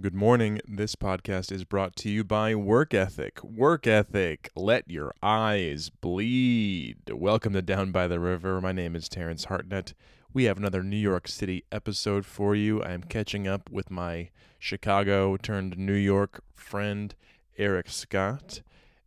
Good morning. This podcast is brought to you by Work Ethic. Work Ethic, let your eyes bleed. Welcome to Down by the River. My name is Terrence Hartnett. We have another New York City episode for you. I am catching up with my Chicago turned New York friend, Eric Scott.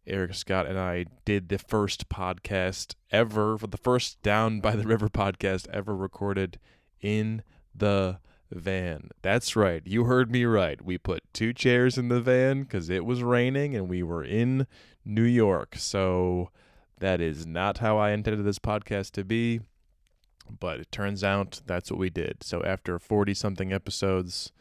Eric Scott and I did the first podcast ever, for the first Down by the River podcast ever recorded in the van. That's right. You heard me right. We put two chairs in the van because it was raining and we were in New York. So that is not how I intended this podcast to be. But it turns out that's what we did. So after 40 something episodes,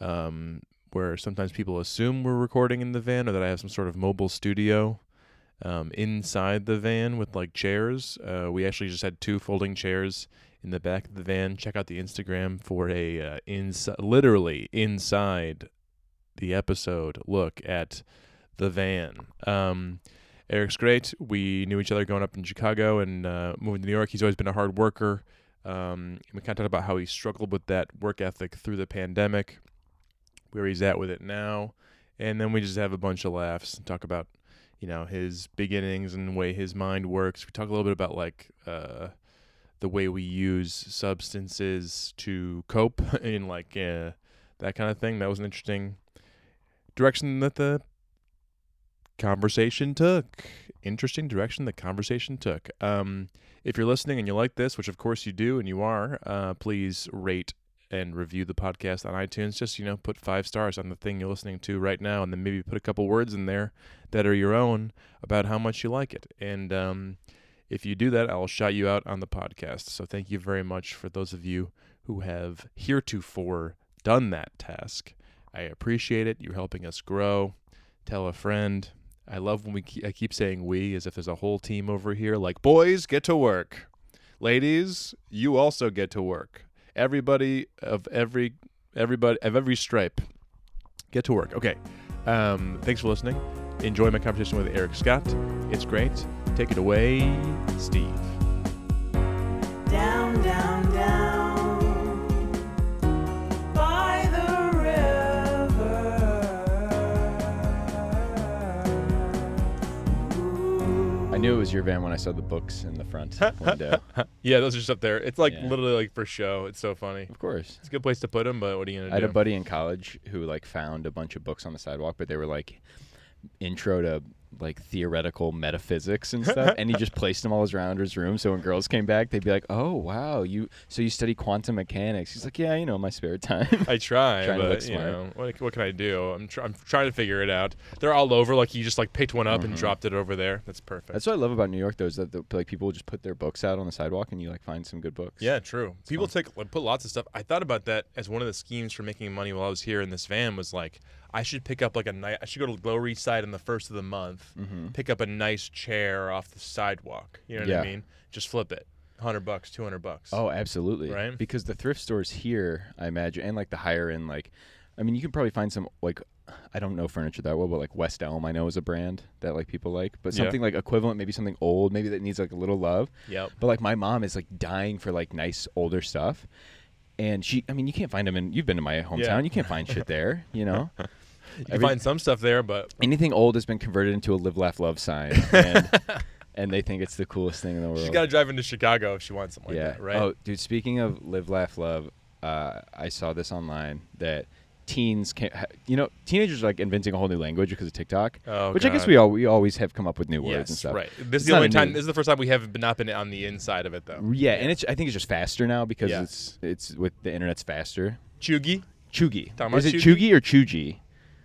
um, where sometimes people assume we're recording in the van or that I have some sort of mobile studio um, inside the van with like chairs, uh, we actually just had two folding chairs in the back of the van. Check out the Instagram for a uh, ins- literally inside the episode look at the van. Um, Eric's great. We knew each other growing up in Chicago and uh, moving to New York. He's always been a hard worker. Um, we kind of talked about how he struggled with that work ethic through the pandemic, where he's at with it now, and then we just have a bunch of laughs and talk about. You know his beginnings and the way his mind works. We talk a little bit about like uh, the way we use substances to cope in like uh, that kind of thing. That was an interesting direction that the conversation took. Interesting direction the conversation took. Um, if you're listening and you like this, which of course you do, and you are, uh, please rate and review the podcast on iTunes. Just you know, put five stars on the thing you're listening to right now, and then maybe put a couple words in there that are your own about how much you like it. And um, if you do that, I'll shout you out on the podcast. So thank you very much for those of you who have heretofore done that task. I appreciate it. You're helping us grow. Tell a friend. I love when we keep, I keep saying we as if there's a whole team over here like boys get to work. Ladies, you also get to work. Everybody of every everybody of every stripe get to work. Okay. Um, thanks for listening. Enjoy my conversation with Eric Scott. It's great. Take it away, Steve. Down, down, down by the river. Ooh. I knew it was your van when I saw the books in the front window. Yeah, those are just up there. It's like Yeah. literally like for show. It's so funny. of course. It's a good place to put them, but what are you gonna I had do? a buddy in college who like found a bunch of books on the sidewalk, but they were like intro to like theoretical metaphysics and stuff, and he just placed them all around his room. So when girls came back, they'd be like, "Oh wow, you so you study quantum mechanics?" He's like, "Yeah, you know, in my spare time." I try, Trying to but look you smart. know, what, what can I do? I'm, tr- I'm trying to figure it out. They're all over. Like you just like picked one up Mm-hmm. and dropped it over there. That's perfect. That's what I love about New York, though, is that the, like people just put their books out on the sidewalk, and you like find some good books. yeah, true. People take like, put lots of stuff. I thought about that as one of the schemes for making money while I was here in this van was like I should pick up like a night. I should go to the Lower East Side on the first of the month, pick up a nice chair off the sidewalk. You know what I Mm-hmm. Yeah. mean? Just flip it. Hundred bucks, two hundred bucks. Oh, absolutely. Right? Because the thrift stores here, I imagine, and like the higher end, like, I mean, you can probably find some like, I don't know furniture that well, but like West Elm, I know is a brand that like people like, but Yeah. something like equivalent, maybe something old, maybe that needs like a little love. Yep. But like my mom is like dying for like nice older stuff, and she, I mean, you can't find them in. You've been to my hometown, Yeah. you can't find shit there, you know. You can every- find some stuff there, but Anything old has been converted into a live, laugh, love sign, and, and they think it's the coolest thing in the world. she's got to drive into Chicago if she wants something like that, right? Oh, dude. Speaking of live, laugh, love, uh, I saw this online that teens can, ha- you know, teenagers are like inventing a whole new language because of TikTok. Oh, which I guess God. we all we always have come up with new words and yes, stuff. right. This It's is the not only a time. new- This is the first time we haven't been not been on the inside of it though. Yeah, and it's I think it's just faster now because Yeah. it's it's with the internet's faster. Chugi. Chugi. Talking Is about it Chugi? Chugi or Chugi?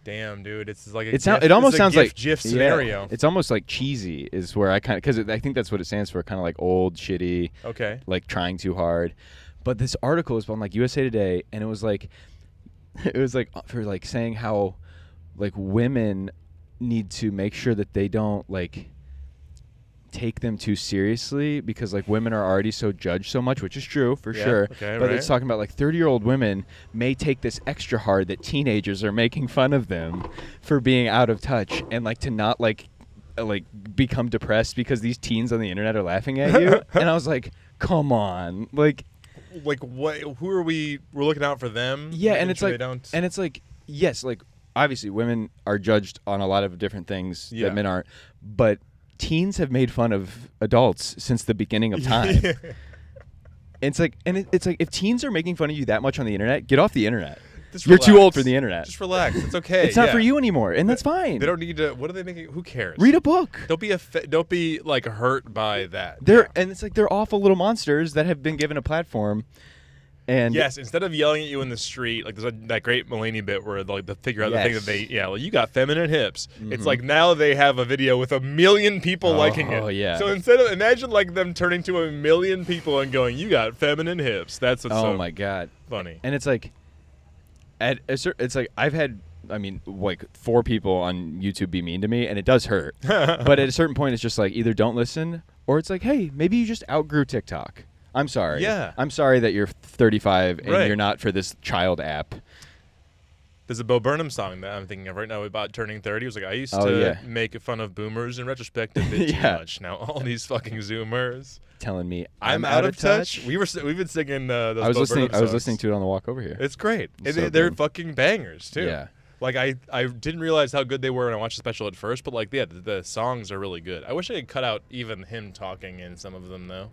Damn, dude, it's like a It sounds. gif- It it's almost a sounds gif, like GIF yeah, scenario. It's almost like cheesy is where I kind of because I think that's what it stands for, kind of like old, shitty. okay. like trying too hard. But this article was on like USA Today, and it was like, it was like for like saying how, like women need to make sure that they don't like take them too seriously because like women are already so judged so much which is true for Yeah, sure okay, but right. it's talking about like 30 year old women may take this extra hard that teenagers are making fun of them for being out of touch and like to not like uh, like become depressed because these teens on the internet are laughing at you and i was like come on like Like what? Who are we? We're looking out for them. yeah making and it's sure like they don't. and it's like yes, like obviously women are judged on a lot of different things Yeah. that men aren't, but teens have made fun of adults since the beginning of time. It's like, and it, it's like, if teens are making fun of you that much on the internet, get off the internet. Just You're too old relax. for the internet. Just relax. It's okay. it's not for Yeah. you anymore, and that's fine. They don't need to. What are they making? Who cares? read a book. Don't be a. Don't be like hurt by that. They're and it's like they're awful little monsters that have been given a platform. And Yes, instead of yelling at you in the street, like there's a, that great Mulaney bit where like the figure out the thing that Yes. Mm-hmm. they yeah, like, you got feminine hips. It's like now they have a video with a million people liking it. Oh, yeah. So instead of imagine like them turning to a million people and going, "You got feminine hips." That's what's oh so my god. funny. And it's like, at a cer- it's like I've had, I mean, like four people on YouTube be mean to me, and it does hurt. but at a certain point, it's just like either don't listen, or it's like, hey, maybe you just outgrew TikTok. I'm sorry. Yeah. I'm sorry that you're 35 and Right. you're not for this child app. There's a Bo Burnham song that I'm thinking of right now about turning 30. It was like I used Oh, to yeah. make fun of boomers in retrospect a bit Yeah. too much. Now all these fucking zoomers. Telling me I'm, out, of touch. We were s- we've been singing uh, those I was Bo listening. Burnham I was songs. listening to it on the walk over here. It's great. And So they, they're good. fucking bangers too. Yeah. Like I, I didn't realize how good they were when I watched the special at first, but like yeah, the, the songs are really good. I wish I could cut out even him talking in some of them though.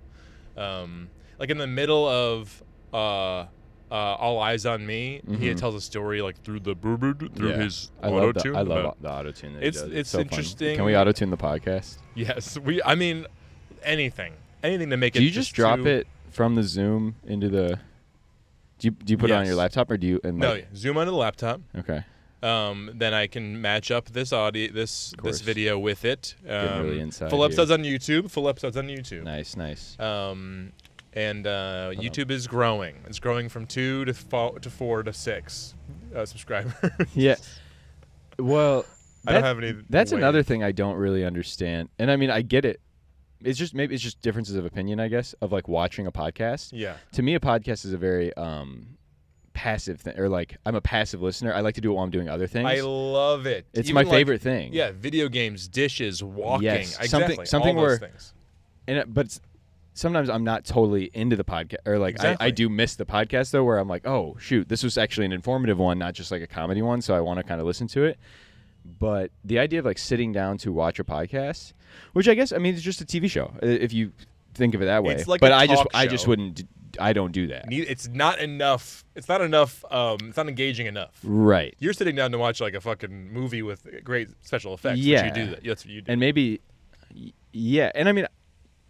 Um, like in the middle of uh, uh, All Eyes on Me, he tells a story like through the boo boo through Mm-hmm. Yeah. his I auto love the, tune. I love the auto tune. It's- it's interesting. Can we auto tune the podcast? Yes, we. I mean, anything, anything to make it. Do you just drop too- it from the Zoom into the? Do you do you put it on your Yes. laptop or do you? And No, like- yeah, zoom onto the laptop. Okay. um, then I can match up this audio, this course. this video with it. Um, really inside full here. episodes on YouTube. Full episodes on YouTube. Nice. Nice. Um, and uh, YouTube is growing. It's growing from two to fo- to four to six uh, subscribers. Yeah. Well, I don't that- have any That's way. another thing I don't really understand, and I mean I get it. It's just maybe it's just differences of opinion, I guess, of like watching a podcast. yeah. To me, a podcast is a very um passive thing, or like I'm a passive listener. I like to do it while I'm doing other things. I love it. it's Even my like- favorite thing. Yeah, video games, dishes, walking. Yes, something- exactly, something all those where- things. and it, but s- sometimes I'm not totally into the podcast, or like I, I Exactly. do miss the podcast though, where I'm like, oh shoot, this was actually an informative one, not just like a comedy one, so I want to kind of listen to it. But the idea of like sitting down to watch a podcast, which I guess I mean it's just a TV show i- if you think of it that way. It's like but a I just talk I just show. wouldn't d- I don't do that. Need- It's not enough. It's not enough. Um, it's not engaging enough. Right. You're sitting down to watch like a fucking movie with great special effects. Yeah. But you do that. That's what you do. And maybe y- yeah, and I mean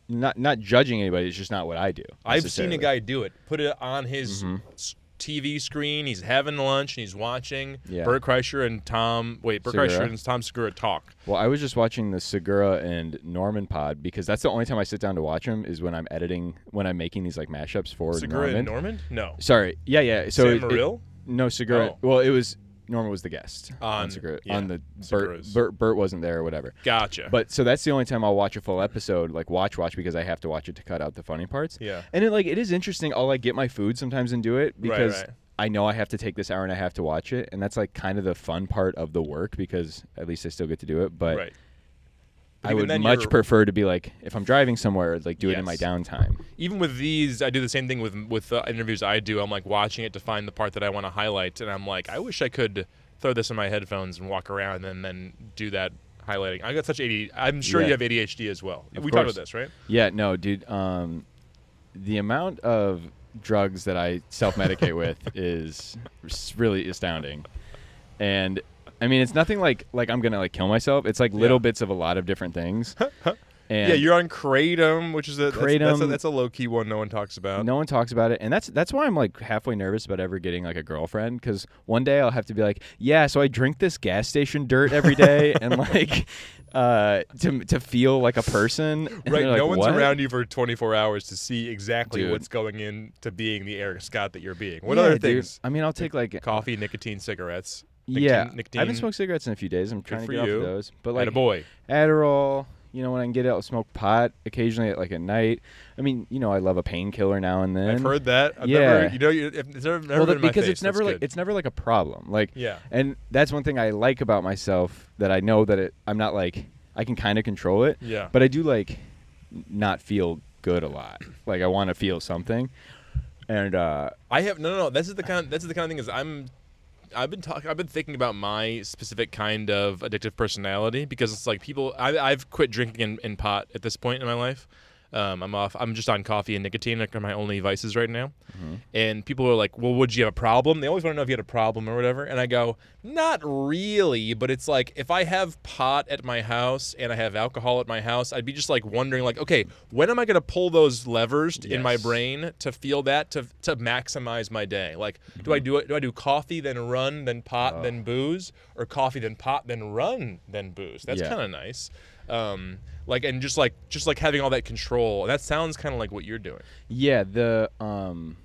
not not judging anybody, it's just not what I do. I've seen a necessarily. Mm-hmm. guy do it. Put it on his s- TV screen. He's having lunch and he's watching Yeah. Bert Kreischer and Tom. Wait, Bert Segura? Kreischer and Tom Segura talk. Well, I was just watching the Segura and Norman pod because that's the only time I sit down to watch them is when I'm editing, when I'm making these like mashups for Segura Norman. and Norman? No. Sorry, yeah, yeah. So Sam it- it- Morril? no, Segura. Oh. Well, it was Norman was the guest On- Segura yeah, on the Segura's. Bert, Bert. Bert wasn't there or whatever. Gotcha. But so that's the only time I'll watch a full episode, like watch watch, because I have to watch it to cut out the funny parts. Yeah. And it like it is interesting. I'll like get my food sometimes and do it because right. I know I have to take this hour and a half to watch it, and that's like kind of the fun part of the work because at least I still get to do it. But right. But I even would then, much you're- prefer to be like if I'm driving somewhere, like do it in my Yes. downtime. Even with these, I do the same thing with with the interviews I do. I'm like watching it to find the part that I want to highlight, and I'm like, I wish I could throw this in my headphones and walk around and then do that highlighting. I got such ADHD. I'm sure you Yeah. have ADHD as well. Of we talked about course. this, right? Yeah, no, dude. Um, the amount of drugs that I self-medicate with is s- really astounding, and I mean it's nothing like like I'm gonna like kill myself. It's like little Yeah. bits of a lot of different things. And yeah, you're on kratom, which is a that's, that's a Kratom. that's a low key one no one talks about. no one talks about it and that's that's why i'm like halfway nervous about ever getting like a girlfriend because one day i'll have to be like yeah so i drink this gas station dirt every day and like uh to, to feel like a person And Right, they're like, no one's "What?" around you for 24 hours to see exactly Dude. what's going into being the Eric Scott that you're being. What Yeah, other dude. things? i mean i'll take like Coffee, nicotine, cigarettes. yeah Nicotine, i haven't nicotine. smoked cigarettes in a few days i'm trying for to get you. off of those but like boy. adderall you know when i can get out smoke pot occasionally at like at night i mean you know i love a painkiller now and then I've heard that. I've yeah. never, you know, you, if- it's never, never well, been that- in my because face. it's never That's like good. it's never like a problem. Like Yeah. and that's one thing I like about myself that I know that it, I'm not like I can kind of control it. Yeah. but I do like n- not feel good a lot. Like I want to feel something, and uh, I have no, no, no. This is the kind. This is the kind of thing is I'm I've been talking. I've been thinking about my specific kind of addictive personality because it's like people. I, I've quit drinking and, and pot at this point in my life. Um, I'm off. I'm just on coffee and nicotine. Like are my only vices right now. And people are like, "Well, would you have a problem?" They always want to know if you had a problem or whatever. And I go, "Not really." But it's like if I have pot at my house and I have alcohol at my house, I'd be just like wondering, like, "Okay, when am I going to pull those levers t- in my Yes. brain?" brain to feel that to to maximize my day. Like, do I do it? Do I do coffee then run then pot then booze, or coffee then pot then run then booze? That's Yeah. kind of nice. Um, like and just like just like having all that control. That sounds kind of like what you're doing. Yeah, the um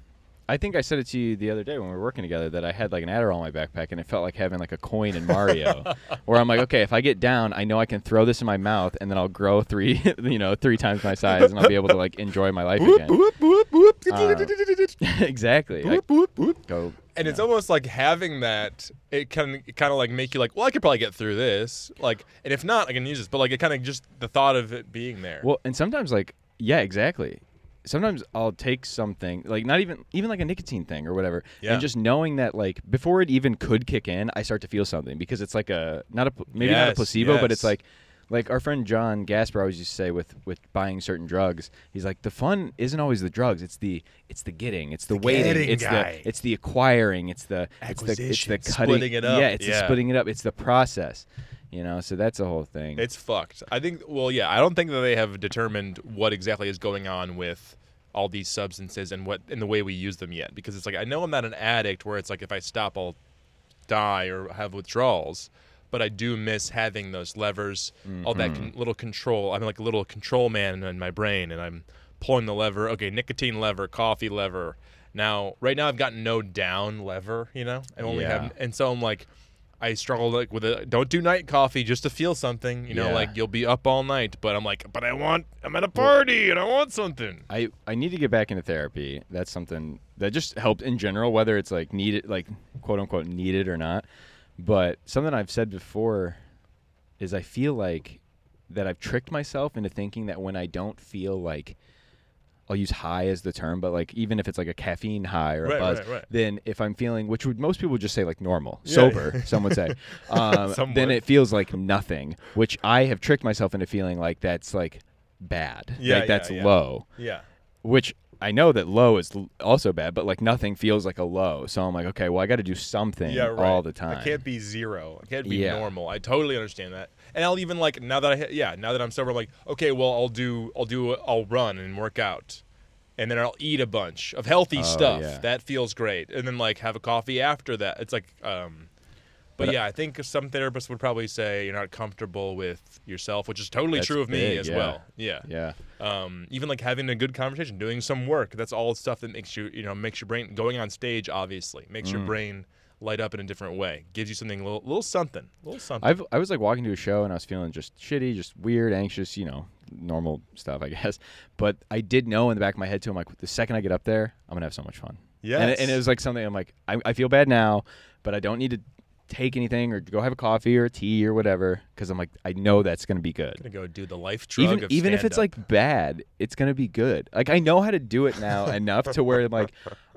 I think I said it to you the other day when we were working together that I had like an Adderall in my backpack and it felt like having like a coin in Mario where I'm like, okay, if I get down, I know I can throw this in my mouth and then I'll grow three, you know, three times my size and I'll be able to like enjoy my life again. Uh, exactly. I go And it's almost like having that. It can kind of like make you like, well, I could probably get through this. Like, and if not, I can use this. But like, it kind of just the thought of it being there. Well, and sometimes like yeah, exactly. Sometimes I'll take something like not even even like a nicotine thing or whatever, Yeah. and just knowing that like before it even could kick in, I start to feel something because it's like a not a pl- maybe not a Yes, placebo, but it's yes. like like our friend John Gasper always used to say with with buying certain drugs, he's like the fun isn't always the drugs, it's the it's the getting, it's the, waiting, getting it's guy. the it's the acquiring, it's the it's the it's the Acquisition. cutting, Splitting it up, yeah, it's the yeah. splitting it up, it's the process, you know. So that's the whole thing. It's fucked. I think. Well, yeah. I don't think that they have determined what exactly is going on with all these substances and what and the way we use them yet. Because it's like I know I'm not an addict where it's like if I stop I'll die or have withdrawals, but I do miss having those levers, all that Mm-hmm. con- little control. I'm like a little control man in my brain, and I'm pulling the lever. Okay, nicotine lever, coffee lever. Now, right now, I've got no down lever. You know, I only Yeah. have, and so I'm like. I struggle like with a don't do night coffee just to feel something, you know, Yeah. like you'll be up all night, but I'm like, but I want I'm at a party and I want something. I, I need to get back into therapy. That's something that just helped in general, whether it's like needed, like quote unquote needed or not. But something I've said before is I feel like that I've tricked myself into thinking that when I don't feel like I'll use high as the term, but like even if it's like a caffeine high or a Right, buzz, right, right. then if I'm feeling, which would most people would just say like normal, Yeah. sober, some would say, um, Some then would. it feels like nothing. Which I have tricked myself into feeling like that's like bad, Yeah, like yeah, that's yeah. low Yeah. which I know that low is l- also bad, but like nothing feels like a low. So I'm like, okay, well, I got to do something Yeah, right. all the time. I can't be zero. I can't be Yeah. normal. I totally understand that. And I'll even like now that I ha- yeah, now that I'm sober, I'm like, okay, well, I'll do I'll do I'll run and work out. And then I'll eat a bunch of healthy stuff. Oh, yeah. That feels great. And then like have a coffee after that. It's like um but, yeah, I think some therapists would probably say you're not comfortable with yourself, which is totally That's true of me big, as yeah. well. Yeah. Yeah. Um, even like having a good conversation, doing some work. That's all stuff that makes you, you know, makes your brain going on stage. Obviously, makes Mm. your brain light up in a different way. Gives you something, a little, little something, little something. I've I was like walking to a show and I was feeling just shitty, just weird, anxious, you know, normal stuff, I guess. But I did know in the back of my head too. I'm like, the second I get up there, I'm gonna have so much fun. And it, and it Yes. was like something I'm like, I, I feel bad now, but I don't need to take anything or go have a coffee or a tea or whatever because I'm like, I know that's gonna be good. gonna go do the life drug. even of even if it's stand-up. like bad, it's gonna be good. Like I know how to do it now enough to where like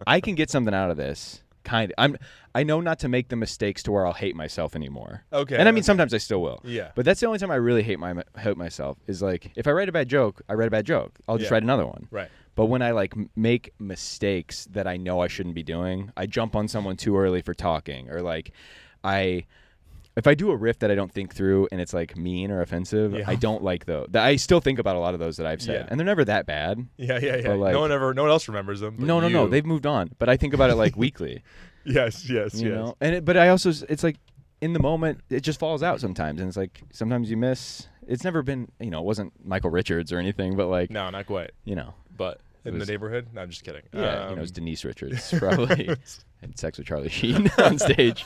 I can get something out of this. Kind of, I'm I know not to make the mistakes to where I'll hate myself anymore. Okay, and I mean okay. sometimes I still will. Yeah. but that's the only time I really hate my hate myself is like if I write a bad joke, I write a bad joke. I'll just Yeah. write another one. Right. But when I like m- make mistakes that I know I shouldn't be doing, I jump on someone too early for talking, or like I if I do a riff that I don't think through and it's like mean or offensive, Yeah. I don't like those. I still think about a lot of those that I've said, Yeah. and they're never that bad. yeah, yeah, yeah. but, like- no one ever, no one else remembers them. but no, no, no. you. They've moved on, but I think about it like weekly, yes, yes, you yes. know. And it, but I also, it's like in the moment, it just falls out sometimes, and it's like sometimes you miss. It's never been, you know, it wasn't Michael Richards or anything, but like, No, not quite. you know, But in was- the neighborhood, no, I'm just kidding. yeah, you know, Um, it's Denise Richards probably had sex with Charlie Sheen on stage.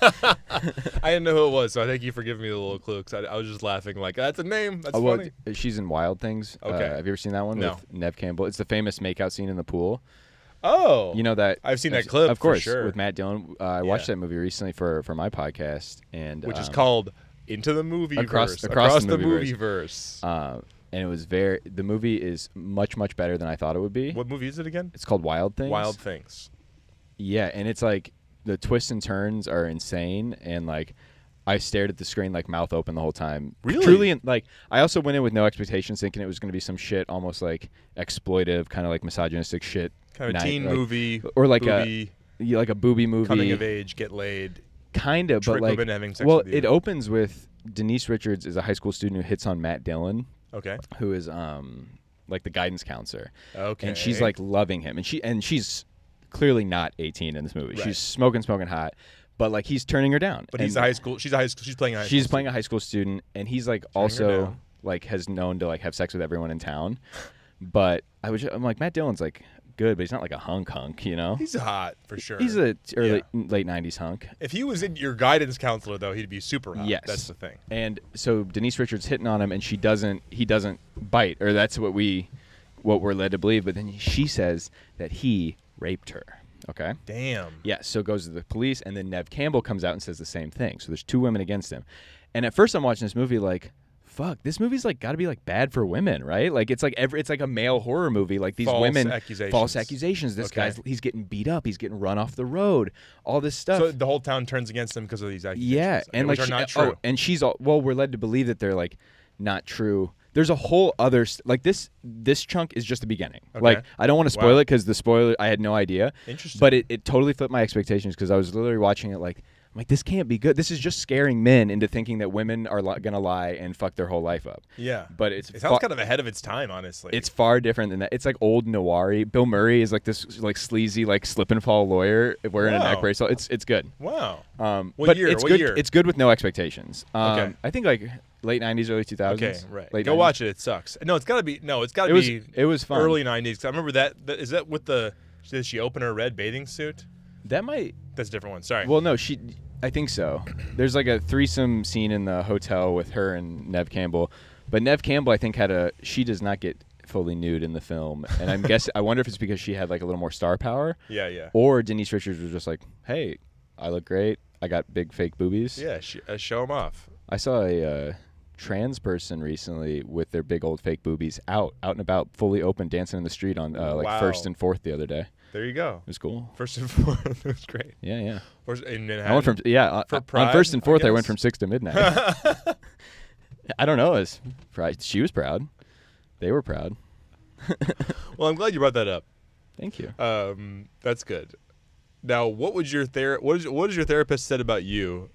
I didn't know who it was, so I think you for giving me the little clue. Cause I, I was just laughing, like that's a name. That's Oh, well, funny. d- she's in Wild Things. Uh, Okay. have you ever seen that one No. with Nev Campbell? It's the famous makeout scene in the pool. Oh, You know that I've seen that of- clip of for course, sure. with Matt Dillon. Uh, I watched Yeah. that movie recently for for my podcast, and which is um, called Into the Movie Across- Verse. Across the the, Movieverse. Movie Verse. uh, and it was very. The movie is much much better than I thought it would be. what movie is it again? It's called Wild Things. Wild Things. Yeah, and it's like the twists and turns are insane and like I stared at the screen like mouth open the whole time. Really? Truly, and, like I also went in with no expectations, thinking it was going to be some shit, almost like exploitive, kind of like misogynistic shit. Kind of night, teen like- movie or like boobie, a yeah, like a booby movie, coming of age, get laid. kind of, trick but of like it having sex well, with you. it opens with Denise Richards is a high school student who hits on Matt Dillon, Okay. who is um like the guidance counselor. Okay. And she's like loving him, and she and she's clearly not 18 in this movie. Right. She's smoking, smoking hot, but like he's turning her down. but he's a And- high school. She's a high school. She's playing a high. she's school playing a high school student and he's like down. also like has known to like have sex with everyone in town but i was ju- i'm like matt dillon's like good but he's not like a hunk hunk you know student. He's hot for sure. he's a t- early late 90s hunk If he was in your guidance counselor, though, he'd be super hot. Yes. Uh, That's the thing. and so denise richards hitting on him and she doesn't he doesn't bite or that's what we what we're led to believe but then she says that he raped her okay Damn. Yeah, so goes to the police, and then Nev Campbell comes out and says the same thing. So there's two women against him. And at first, I'm watching this movie like, fuck, this movie's like got to be like bad for women, right? Like it's like every it's like a male horror movie. Like these False women accusations. false accusations. This Okay. guy's he's getting beat up, he's getting run off the road, all this stuff. So the whole town turns against him because of these accusations. yeah, okay, and which like are she- not oh, true. and she's all well, we're led to believe that they're like not true. There's a whole other s- like this. This chunk is just the beginning. Like Okay. I don't want to spoil Wow. it because the spoiler I had no idea. Interesting. But it, it totally flipped my expectations because I was literally watching it like I'm like this can't be good. This is just scaring men into thinking that women are li- gonna lie and fuck their whole life up. yeah. But it's it sounds fu- kind of ahead of its time, honestly. It's far different than that. It's like old noir. Bill Murray is like this like sleazy like slip and fall lawyer wearing a Wow. neck brace. So it's it's good. wow. Um, What but year? It's What good. year? It's good with no expectations. Um, Okay. I think like late '90s, early 2000s. Okay, right. Late Go 90s. watch it. It sucks. No, it's gotta be. No, it's gotta It was- be. it was fun. Early '90s. 'cause I remember that. that. Is that with the? Did she open her red bathing suit? That might. That's a different one. Sorry. Well, no, she. I think so. There's like a threesome scene in the hotel with her and Nev Campbell, but Nev Campbell, I think, had a. She does not get fully nude in the film, and I'm guess. I wonder if it's because she had like a little more star power, yeah, yeah. or Denise Richards was just like, "Hey, I look great. I got big fake boobies." yeah. Sh- uh, show them off. I saw a uh, trans person recently with their big old fake boobies out, out and about, fully open, dancing in the street on uh, like Wow. First and Fourth the other day. It There you go. was cool. First and foremost, it was great. Yeah, yeah. First, in Manhattan. I went from yeah on- For on, pride, First and I Fourth. I, guess? went from six to midnight. I don't know. It's pride. She was proud. They were proud. Well, I'm glad you brought that up. Thank you. Um, that's good. Now, what would your ther- what is what has your therapist said about you?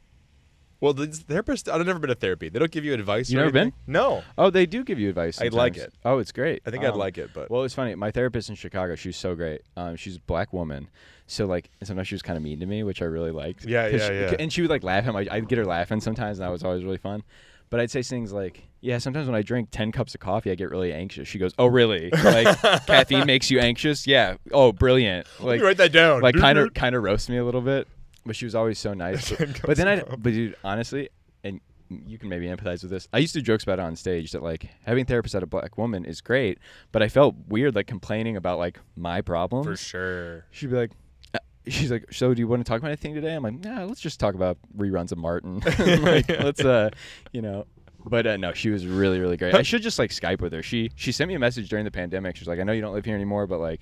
Well, the therapist I've never been to therapy. They don't give you advice. You or never been? anything. No. Oh, they do give you advice. I'd like sometimes. it. Oh, it's great. I think I'd like it, but- well, it's funny. My therapist in Chicago, she was so great. Um, she's a black woman, so like and sometimes she was kind of mean to me, which I really liked. Yeah, 'Cause yeah, she- yeah. And she would like laugh at my. I'd get her laughing sometimes, and that was always really fun. But I'd say things like, "Yeah, sometimes when I drink ten cups of coffee, I get really anxious." She goes, "Oh, really? Like caffeine makes you anxious? Yeah. Oh, brilliant. Let Like me write that down. Mm-hmm. like kind of kind of roast me a little bit, but she was always so nice. That But, goes but then I, up. but dude, honestly, and you can maybe empathize with this. I used to jokes about it on stage that like having therapists at a black woman is great, but I felt weird like complaining about like my problems. for sure. She'd be like. uh, She's like, so do you want to talk about anything today? I'm like, nah, let's just talk about reruns of Martin. like, let's, uh, you know, but uh, no, she was really, really great. I should just like Skype with her. She she sent me a message during the pandemic. She's like, I know you don't live here anymore, but like,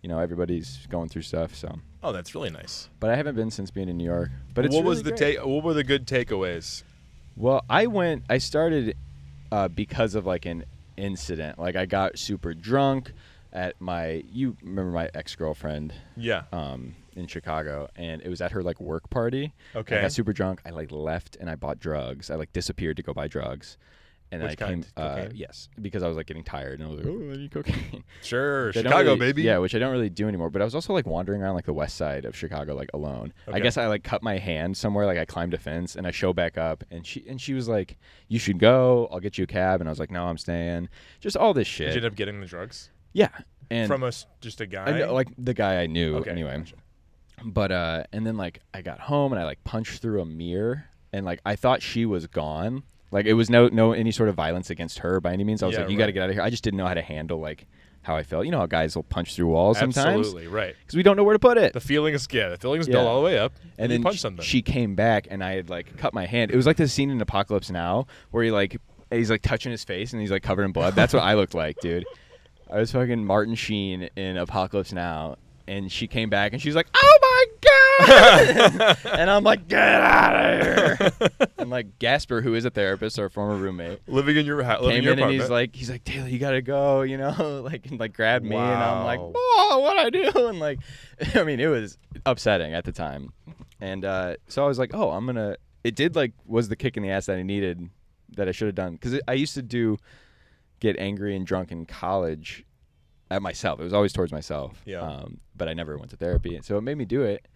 you know, everybody's going through stuff. So Oh, that's really nice. but I haven't been since being in New York. But But it's what was really the great. take? What were the good takeaways? Well, I went. I started uh, because of like an incident. Like I got super drunk at my. You remember my ex girlfriend Yeah. um, in Chicago, and it was at her like work party. Okay. I got super drunk. I like left and I bought drugs. I like disappeared to go buy drugs. And then Which I kind? came, uh, Cocaine? yes, because I was like getting tired, and I was like, "Oh, I need cocaine." sure. which I don't Chicago, really- baby. Yeah, which I don't really do anymore. But I was also like wandering around like the west side of Chicago, like alone. Okay. I guess I like cut my hand somewhere, like I climbed a fence, and I show back up, and she and she was like, "You should go. I'll get you a cab." And I was like, "No, I'm staying." Just all this Did you end shit. up getting the drugs Yeah, and from us? Just a guy. I know, like the guy I knew Okay, anyway. gotcha. But uh, and then like I got home and I like punched through a mirror, and like I thought she was gone. Like it was no no any sort of violence against her by any means. I was Yeah, like, you got to right. get out of here. I just didn't know how to handle like how I felt. You know how guys will punch through walls sometimes Absolutely right. because we don't know where to put it. The feelings, yeah, the feelings Yeah. build all the way up, and you then punch sh- something. she came back, and I had like cut my hand. It was like the scene in Apocalypse Now where he like he's like touching his face and he's like covered in blood. That's what I looked like, dude. I was fucking Martin Sheen in Apocalypse Now, and she came back and she's like, "Oh my and I'm like, get out of here. and like Gasper, who is a therapist, our former roommate, living in your house, living in came your in and apartment. he's like, he's like, Taylor, you gotta go, you know, like and, like grabbed me, and I'm like, Wow. oh, what I do, and like, I mean, it was upsetting at the time, and uh, so I was like, oh, I'm gonna. It did like was the kick in the ass that I needed, that I should have done, because I used to do, get angry and drunk in college, at myself. It was always towards myself. Yeah. Um, but I never went to therapy, so it made me do it,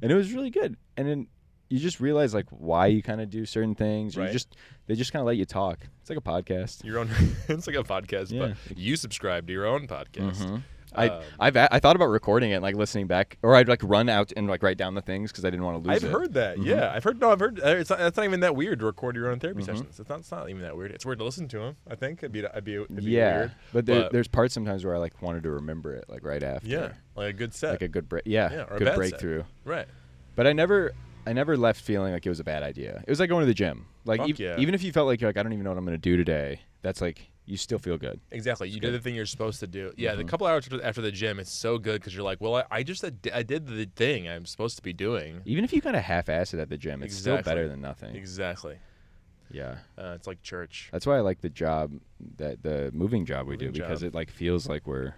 and it was really good. And then you just realize like why you kind of do certain things. or Right. You just they just kind of let you talk. It's like a podcast. your own. it's like a podcast, Yeah. Mm-hmm. but you subscribe to your own podcast. I Um, I've a- I thought about recording it, and, like listening back, or I'd like run out and like write down the things because I didn't want to lose I've it. Mm-hmm. heard that. Yeah, I've heard. No, I've heard. uh, It's not, that's not even that weird to record your own therapy sessions. It's not, it's not even that weird. It's weird to listen to them. I think it'd be. I'd be. It'd be yeah, Weird, but, there, there's parts sometimes where I like wanted to remember it, like right after. yeah, like a good set. like a good break. Yeah, Yeah, or a bad good set. breakthrough. right. But I never, I never left feeling like it was a bad idea. It was like going to the gym. Like Fuck ev- yeah. even if you felt like you're like I don't even know what I'm gonna do today, that's like you still feel good. Mm-hmm. Exactly. You did the thing you're supposed to do. Yeah, the couple hours after- after the gym, it's so good because you're like, well, I, I just ad- I did the thing I'm supposed to be doing. Even if you kind of half-ass it at the gym, it's still Exactly. better than nothing. Exactly. yeah, Uh, it's like church. that's why I like the job that the moving job we do Moving because job. it like feels like we're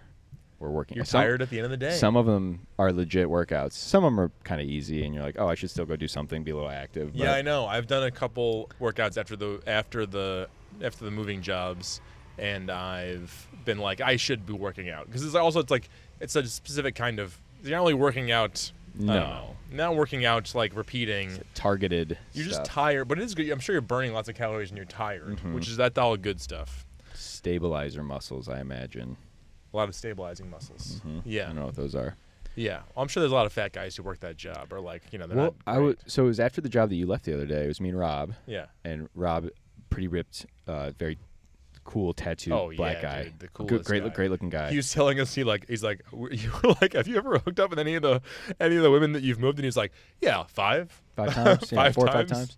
we're working. You're Some- tired at the end of the day. Some of them are legit workouts. Some of them are kind of easy, and you're like, oh, I should still go do something, be a little active. yeah, but- I know. I've done a couple workouts after the after the after the moving jobs, and I've been like, I should be working out because it's also it's like it's a specific kind of. You're not only working out. I don't No. know, not working out like repeating. targeted. You're just stuff. Mm-hmm. tired, but it is good. I'm sure you're burning lots of calories and you're tired, which is that's all good stuff. stabilizer muscles, I imagine. A lot of stabilizing muscles. Mm-hmm. I Yeah, don't know what those are. yeah. I'm sure there's a lot of fat guys who work that job, or like you know, they're Well, not. I was great. so it was after the job that you left the other day. It was me and Rob, Yeah. and Rob, pretty ripped, uh, very cool tattooed Oh, yeah, black guy, dude, the Good- coolest great, guy. great looking guy. He was telling us he like he's like "W- you were like have you ever hooked up with any of the any of the women that you've moved and he's like yeah five five times, yeah, Five four or times. five times.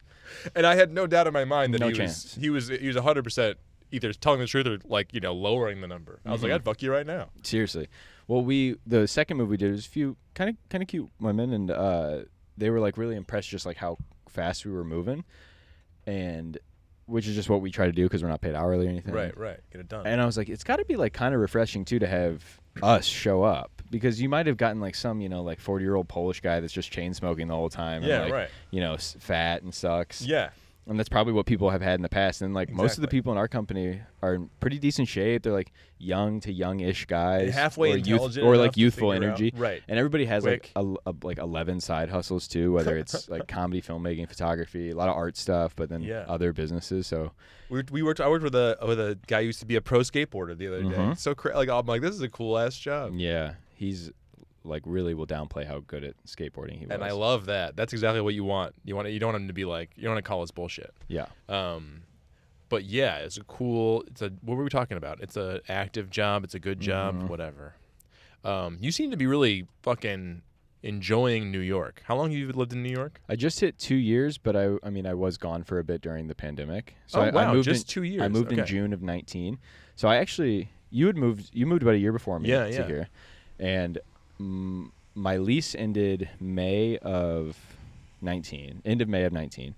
and I had no doubt in my mind that No he was chance. he was he was hundred percent either telling the truth or like you know lowering the number I was Mm-hmm. like I'd fuck you right now Seriously. Well, we the second move we did was a few kind of kind of cute women, and uh, they were like really impressed just like how fast we were moving, and which is just what we try to do because we're not paid hourly or anything. right right get it done And I was like, it's got to be like kind of refreshing too to have us show up because you might have gotten like some you know like forty year old Polish guy that's just chain smoking the whole time. Yeah, and, like, right. You know, s- fat and sucks. yeah And that's probably what people have had in the past. And like most of the Exactly. people in our company are in pretty decent shape. They're like young to youngish guys, halfway or youth- intelligent or enough like to youthful figure out- energy. right. And everybody has Quick. like a, a- like eleven side hustles too, whether it's like comedy, filmmaking, photography, a lot of art stuff, but then Yeah. other businesses. So we, we worked I worked with a with a guy who used to be a pro skateboarder the other Mm-hmm. day so cra- like I'm like this is a cool ass job yeah, he's like really will downplay how good at skateboarding he was. and I love that that's exactly what you want you want you don't want him to be like you don't want to call us bullshit yeah. Um, but yeah, it's a cool. It's a what were we talking about? It's a active job. It's a good job. Mm-hmm. Whatever. Um, you seem to be really fucking enjoying New York. How long have you lived in New York? I just hit two years, but I, I mean, I was gone for a bit during the pandemic. So Oh, I, I wow, moved just in- two I years. moved in Okay. June of 19. So I actually, you had moved, you moved about a year before me Yeah, to yeah. here. And mm, my lease ended May of 19, end of May of 19.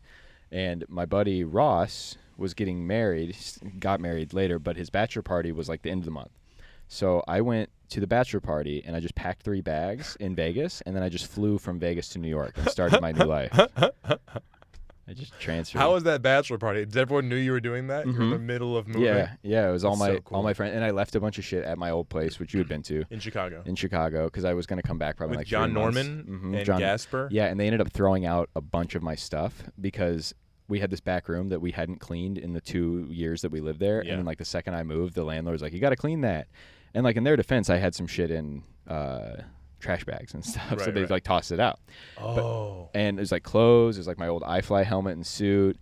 And my buddy Ross was getting married, s- got married later, but his bachelor party was like the end of the month. So I went to the bachelor party and I just packed three bags in Vegas and then I just flew from Vegas to New York and started my new life. I just transferred. How was that bachelor party? Did everyone knew you were doing that? You're in the middle of moving Mm-hmm. yeah, yeah, it was all That's my so cool. all my friends and I left a bunch of shit at my old place which you had been to in Chicago in Chicago because I was gonna come back probably in, with like John three months. Norman Mhm, and John- Gasper. Yeah, and they ended up throwing out a bunch of my stuff because we had this back room that we hadn't cleaned in the two years that we lived there. Yeah. And then, like, the second I moved, the landlord's like, you got to clean that. And, like, in their defense, I had some shit in uh, trash bags and stuff. so Right, they, right. like, tossed it out. Oh, And it was, like, clothes. It was, like, my old iFly helmet and suit.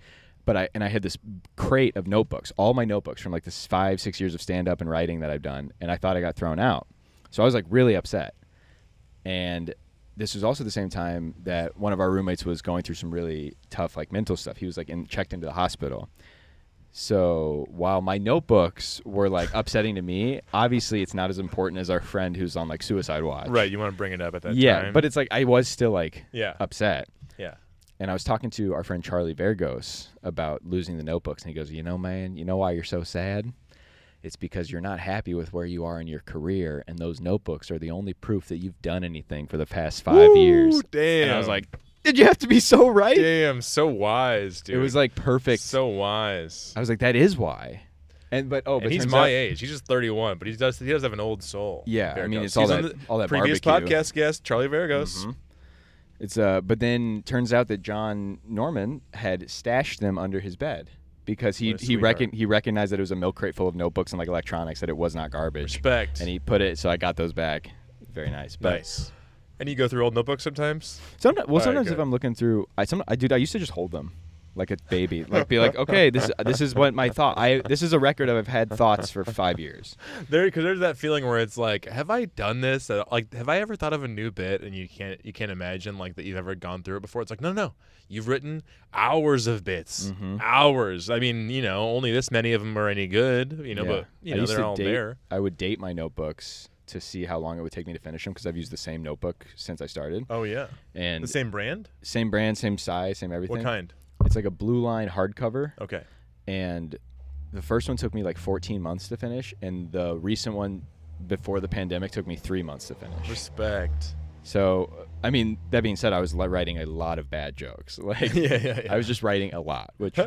But I, and I had this crate of notebooks, all my notebooks from, like, this five, six years of stand up and writing that I've done. And I thought I got thrown out. So I was, like, really upset and this was also the same time that one of our roommates was going through some really tough like mental stuff he was like in, checked into the hospital So while my notebooks were like upsetting to me, obviously it's not as important as our friend who's on like suicide watch. Right. You want to bring it up at that yeah, time. but it's like I was still like yeah, upset. yeah. And I was talking to our friend Charlie Vergos about losing the notebooks, and he goes, "You know, man, you know why you're so sad? It's because you're not happy with where you are in your career, and those notebooks are the only proof that you've done anything for the past five Woo, years." Damn. And I was like, "Did you have to be so right?" damn, so wise, dude. It was like perfect. so wise. I was like, "That is why." And but oh, but and he's turns my out- age. He's just 31, but he does he does have an old soul. Yeah, I mean, Varigose. it's all He's on that- the all that previous barbecue. Mm-hmm. podcast guest Charlie Varigos. It's uh, but then turns out that John Norman had stashed them under his bed because he What a he sweetheart. reckon he recognized that it was a milk crate full of notebooks and like electronics that it was not garbage. Respect. And he put it, so I got those back. Very nice. But nice. And you go through old notebooks sometimes. Sometimes, well, Alright, sometimes if good. I'm looking through, I some I dude, I used to just hold them like a baby, like be like, okay, this this is what my thought. I this is a record of I've had thoughts for five years. There, because there's that feeling where it's like, have I done this? Uh, Like, have I ever thought of a new bit? And you can't, you can't imagine like that you've ever gone through it before. It's like, no, no, you've written hours of bits, Mm-hmm. hours. I mean, you know, only this many of them are any good. You know, Yeah. but you I know, used they're to all date, there. I would date my notebooks to see how long it would take me to finish them because I've used the same notebook since I started, Oh yeah, and the same brand. same brand, same size, same everything. What kind? It's like a blue line hardcover, Okay. and the first one took me like 14 months to finish, and the recent one before the pandemic took me three months to finish. Respect. So, I mean, that being said, I was li- writing a lot of bad jokes. Like, Yeah, yeah, yeah. I was just writing a lot, which,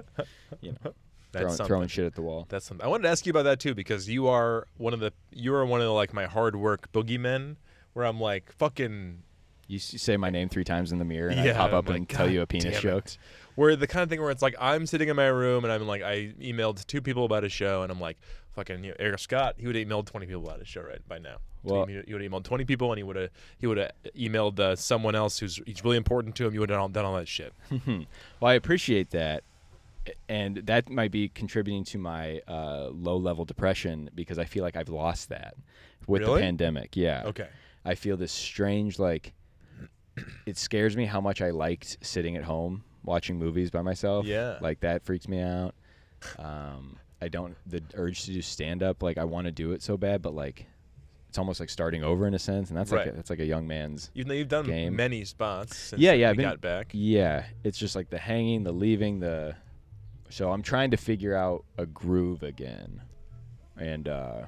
you know, throwing, something. throwing shit at the wall. That's something. I wanted to ask you about that too because you are one of the you are one of the, like my hard work boogeymen where I'm like fucking You s- say my name three times in the mirror, and I Yeah, pop up I'm and like, tell "God you a penis damn joke. it." Where the kind of thing where it's like I'm sitting in my room and I'm like I emailed two people about a show and I'm like fucking you know, Eric Scott he would have emailed 20 people about his show right by now. Well- he would have emailed 20 people and he would have he would have emailed uh, someone else who's he's really important to him. You would have done all that shit. Well, I appreciate that. And that might be contributing to my uh, low level depression because I feel like I've lost that with Really? the pandemic. Yeah. Okay. I feel this strange, like, it scares me how much I liked sitting at home watching movies by myself. Yeah. Like, that freaks me out. Um, I don't, the urge to do stand up, like, I want to do it so bad, but, like, it's almost like starting over in a sense. And that's like, Right. a, that's like a young man's Even though you've done Game. many spots since yeah, yeah. we I've been- got back. Yeah, it's just like the hanging, the leaving, the. So I'm trying to figure out a groove again, and uh,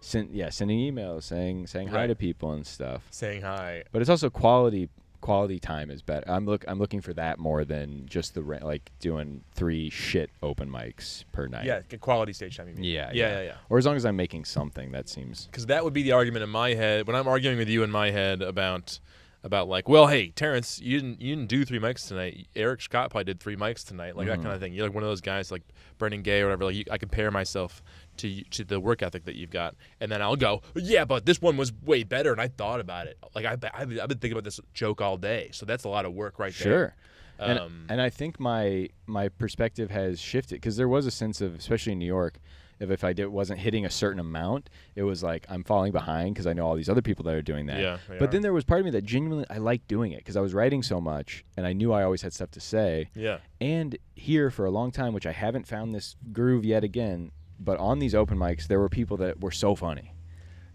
send yeah, sending emails, saying saying hi Right. to people and stuff. Saying hi. But it's also quality quality time is better. I'm look I'm looking for that more than just the re- like doing three shit open mics per night. Yeah, quality stage time. You mean. Yeah, yeah, yeah, yeah. Or as long as I'm making something, that seems. because that would be the argument in my head when I'm arguing with you in my head about about like, well, hey, Terrence, you didn't you didn't do three mics tonight. Eric Scott probably did three mics tonight, like that kind of thing. You're like one of those guys like Brendan Gay or whatever. Like you, I compare myself to you, to the work ethic that you've got, and then I'll go, yeah, but this one was way better, and I thought about it. Like I, I I've been thinking about this joke all day, so that's a lot of work right there. Sure. And, Um, and I think my my perspective has shifted because there was a sense of, especially in New York, if, if I did, wasn't hitting a certain amount, it was like I'm falling behind because I know all these other people that are doing that. Yeah, they but are. then there was part of me that genuinely I liked doing it because I was writing so much and I knew I always had stuff to say. Yeah. And here for a long time, which I haven't found this groove yet again, but on these open mics, there were people that were so funny.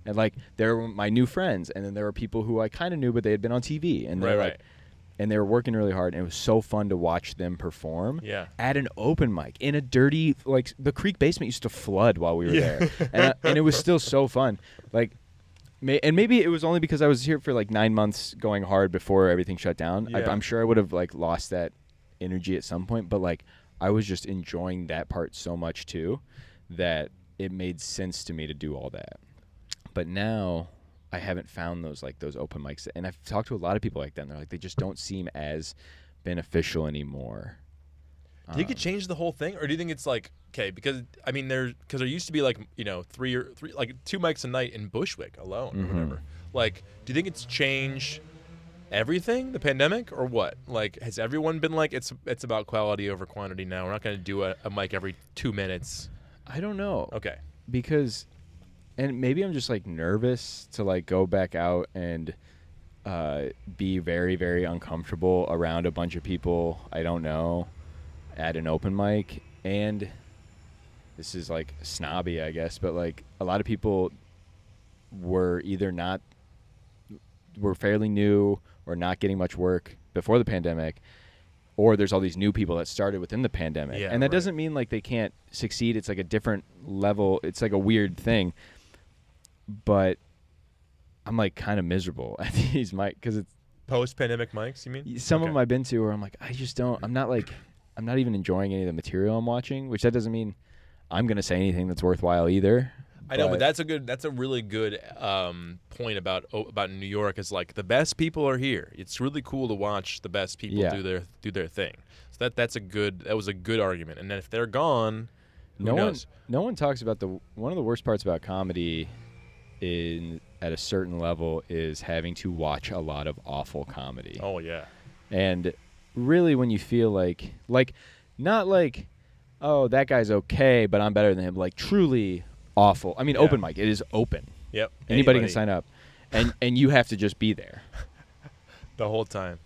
And like there were my new friends, and then there were people who I kind of knew, but they had been on TV, and they're Right, like, right. and they were working really hard, and it was so fun to watch them perform. Yeah. At an open mic in a dirty like the creek basement used to flood while we were there, and, I- and it was still so fun. Like, may, and maybe it was only because I was here for like nine months going hard before everything shut down. I, Yeah. I'm sure I would have like lost that energy at some point, but like I was just enjoying that part so much too that it made sense to me to do all that but now I haven't found those like those open mics, and I've talked to a lot of people like that. And they're like, they just don't seem as beneficial anymore. Do you think it Um, changed the whole thing, or do you think it's like okay? Because I mean, there because there used to be like you know three or three like two mics a night in Bushwick alone or Mm-hmm. whatever. Like, do you think it's changed everything, the pandemic, or what? Like, has everyone been like it's it's about quality over quantity now? We're not going to do a, a mic every two minutes. I don't know Okay, because, and maybe I'm just like nervous to like go back out and uh, be very very uncomfortable around a bunch of people I don't know at an open mic, and this is like snobby, I guess, but like a lot of people were either not were fairly new or not getting much work before the pandemic or there's all these new people that started within the pandemic. Yeah, and that right. doesn't mean like they can't succeed. It's like a different level. It's like a weird thing. But I'm like kind of miserable at these mic cuz it's Post pandemic mics, you mean? some of Okay. them I've been to where I'm like, I just don't. I'm not like, I'm not even enjoying any of the material I'm watching. Which that doesn't mean I'm gonna say anything that's worthwhile either. I know, but that's a good. That's a really good um, point about oh, about New York. Is like the best people are here. It's really cool to watch the best people Yeah. do their do their thing. So that that's a good. That was a good argument. And then if they're gone, who no knows? one. No one talks about the one of the worst parts about comedy, in at a certain level, is having to watch a lot of awful comedy. Oh yeah, And really, when you feel like, like, not like, oh, that guy's okay, but I'm better than him. Like, truly awful. I mean, Yeah. open mic. It is open. yep. Anybody, can sign up, and and you have to just be there. the whole time.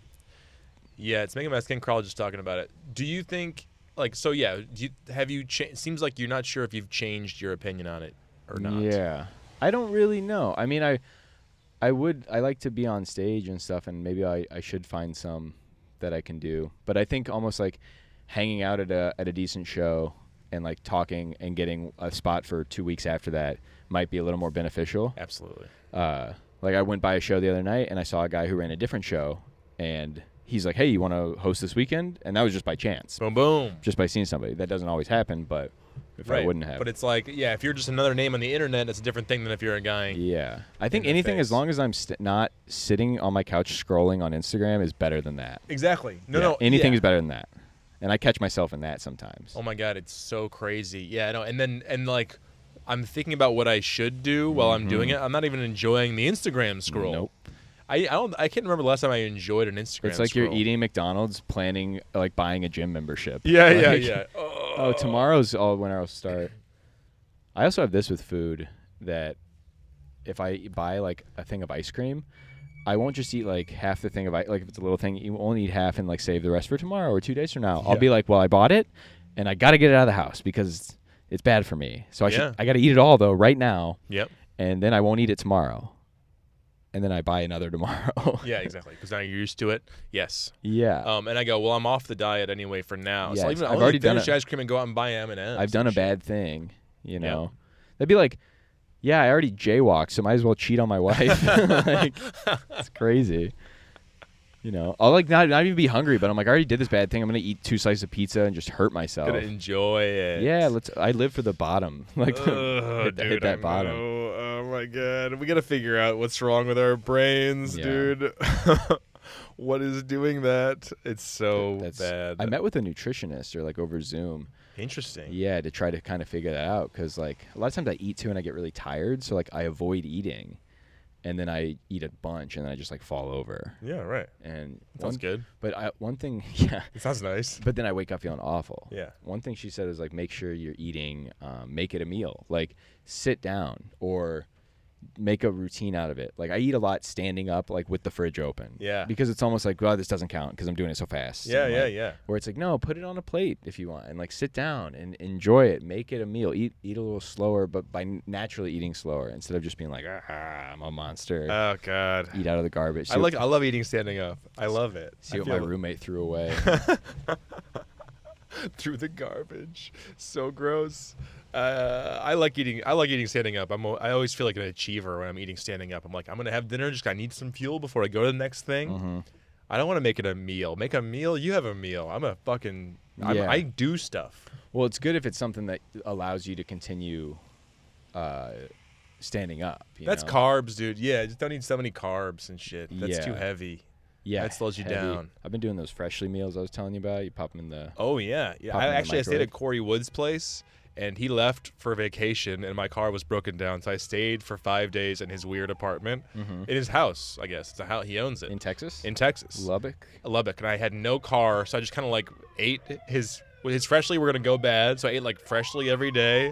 Yeah, it's making my skin crawl just talking about it. Do you think like so? Yeah, do you, have you? Cha- it seems like you're not sure if you've changed your opinion on it or not. Yeah, I don't really know. I mean, I, I would, I like to be on stage and stuff, and maybe I, I should find some that I can do. But I think almost like hanging out at a at a decent show and like talking and getting a spot for two weeks after that might be a little more beneficial. absolutely. Uh, like I went by a show the other night and I saw a guy who ran a different show, and he's like, "Hey, you want to host this weekend?" And that was just by chance, Boom, boom. just by seeing somebody. That doesn't always happen, but if I wouldn't have, But it's like, yeah, if you're just another name on the internet, it's a different thing than if you're a guy. Yeah, I think their anything face. as long as I'm st- not sitting on my couch scrolling on Instagram is better than that. Exactly. No, Yeah, no. anything yeah. is better than that, and I catch myself in that sometimes. Oh my god, it's so crazy. Yeah, I know. And then and like, I'm thinking about what I should do while I'm doing it. I'm not even enjoying the Instagram scroll. Mm-hmm. Nope. I, I don't. I can't remember the last time I enjoyed an Instagram. It's like you're scroll. eating McDonald's, planning like buying a gym membership. Yeah, yeah, Like, yeah. Oh, tomorrow's all when I'll start. I also have this with food that if I buy like a thing of ice cream, I won't just eat like half the thing of ice. Like if it's a little thing, you only eat half and like save the rest for tomorrow or two days from now. I'll Yeah. be like, well, I bought it, and I got to get it out of the house because it's bad for me. So I Yeah. should I got to eat it all though right now, Yep. and then I won't eat it tomorrow, and then I buy another tomorrow. Yeah, exactly. Because now you're used to it. Yes. yeah. Um, and I go, well, I'm off the diet anyway for now. Uh, so Yeah, it's- even, I've I'll even already done finish it. the ice cream and go out and buy M and M's. I've done a bad thing, you Yeah. know. That'd be like, yeah, I already jaywalked, so might as well cheat on my wife. like, it's crazy. You know, I'll like not not even be hungry, but I'm like, I already did this bad thing. I'm gonna eat two slices of pizza and just hurt myself. Gonna enjoy it. Yeah, let's. I live for the bottom, like the- Ugh, hit, the- hit dude, I that bottom. know. Oh my god, we gotta figure out what's wrong with our brains, Yeah. dude. what is doing that? It's so That's bad. I met with a nutritionist or like over Zoom. Interesting. Yeah, to try to kind of figure that out because like a lot of times I eat too and I get really tired, so like I avoid eating, and then I eat a bunch and then I just like fall over. Yeah, right. And one, Sounds good. But I, one thing, yeah. It sounds nice. But then I wake up feeling awful. Yeah. One thing she said is like, make sure you're eating, um, make it a meal. Like, sit down or make a routine out of it. Like, I eat a lot standing up, like with the fridge open. Yeah. Because it's almost like, well, this doesn't count because I'm doing it so fast. Yeah, And, yeah, like, yeah. Where it's like, no, put it on a plate if you want, and like sit down and enjoy it. Make it a meal. Eat, eat a little slower, but by naturally eating slower instead of just being like, ah, I'm a monster. Oh god. eat out of the garbage. I See what- like I love eating standing up. I love it. See I what my feel it roommate threw away. through the garbage. So gross. Uh, I like eating. I like eating standing up. I'm. al- I always feel like an achiever when I'm eating standing up. I'm like, I'm gonna have dinner. Just I need some fuel before I go to the next thing. Mm-hmm. I don't want to make it a meal. Make a meal. You have a meal. I'm a fucking. I'm, Yeah. I do stuff. Well, it's good if it's something that allows you to continue uh, standing up. you That's know? carbs, dude. Yeah, just don't eat so many carbs and shit. That's too Yeah. heavy. yeah, that slows you down. I've been doing those freshly meals I was telling you about. You pop them in the. Oh yeah, yeah. Pop I them in the actually I stayed at microwave. Corey Wood's place, and he left for vacation, and my car was broken down, so I stayed for five days in his weird apartment, in his house, I guess. It's a house he owns it Mm-hmm. in Texas, in Texas, Lubbock. Lubbock, and I had no car, so I just kind of like ate his well, his freshly. We're gonna go bad, so I ate like freshly every day,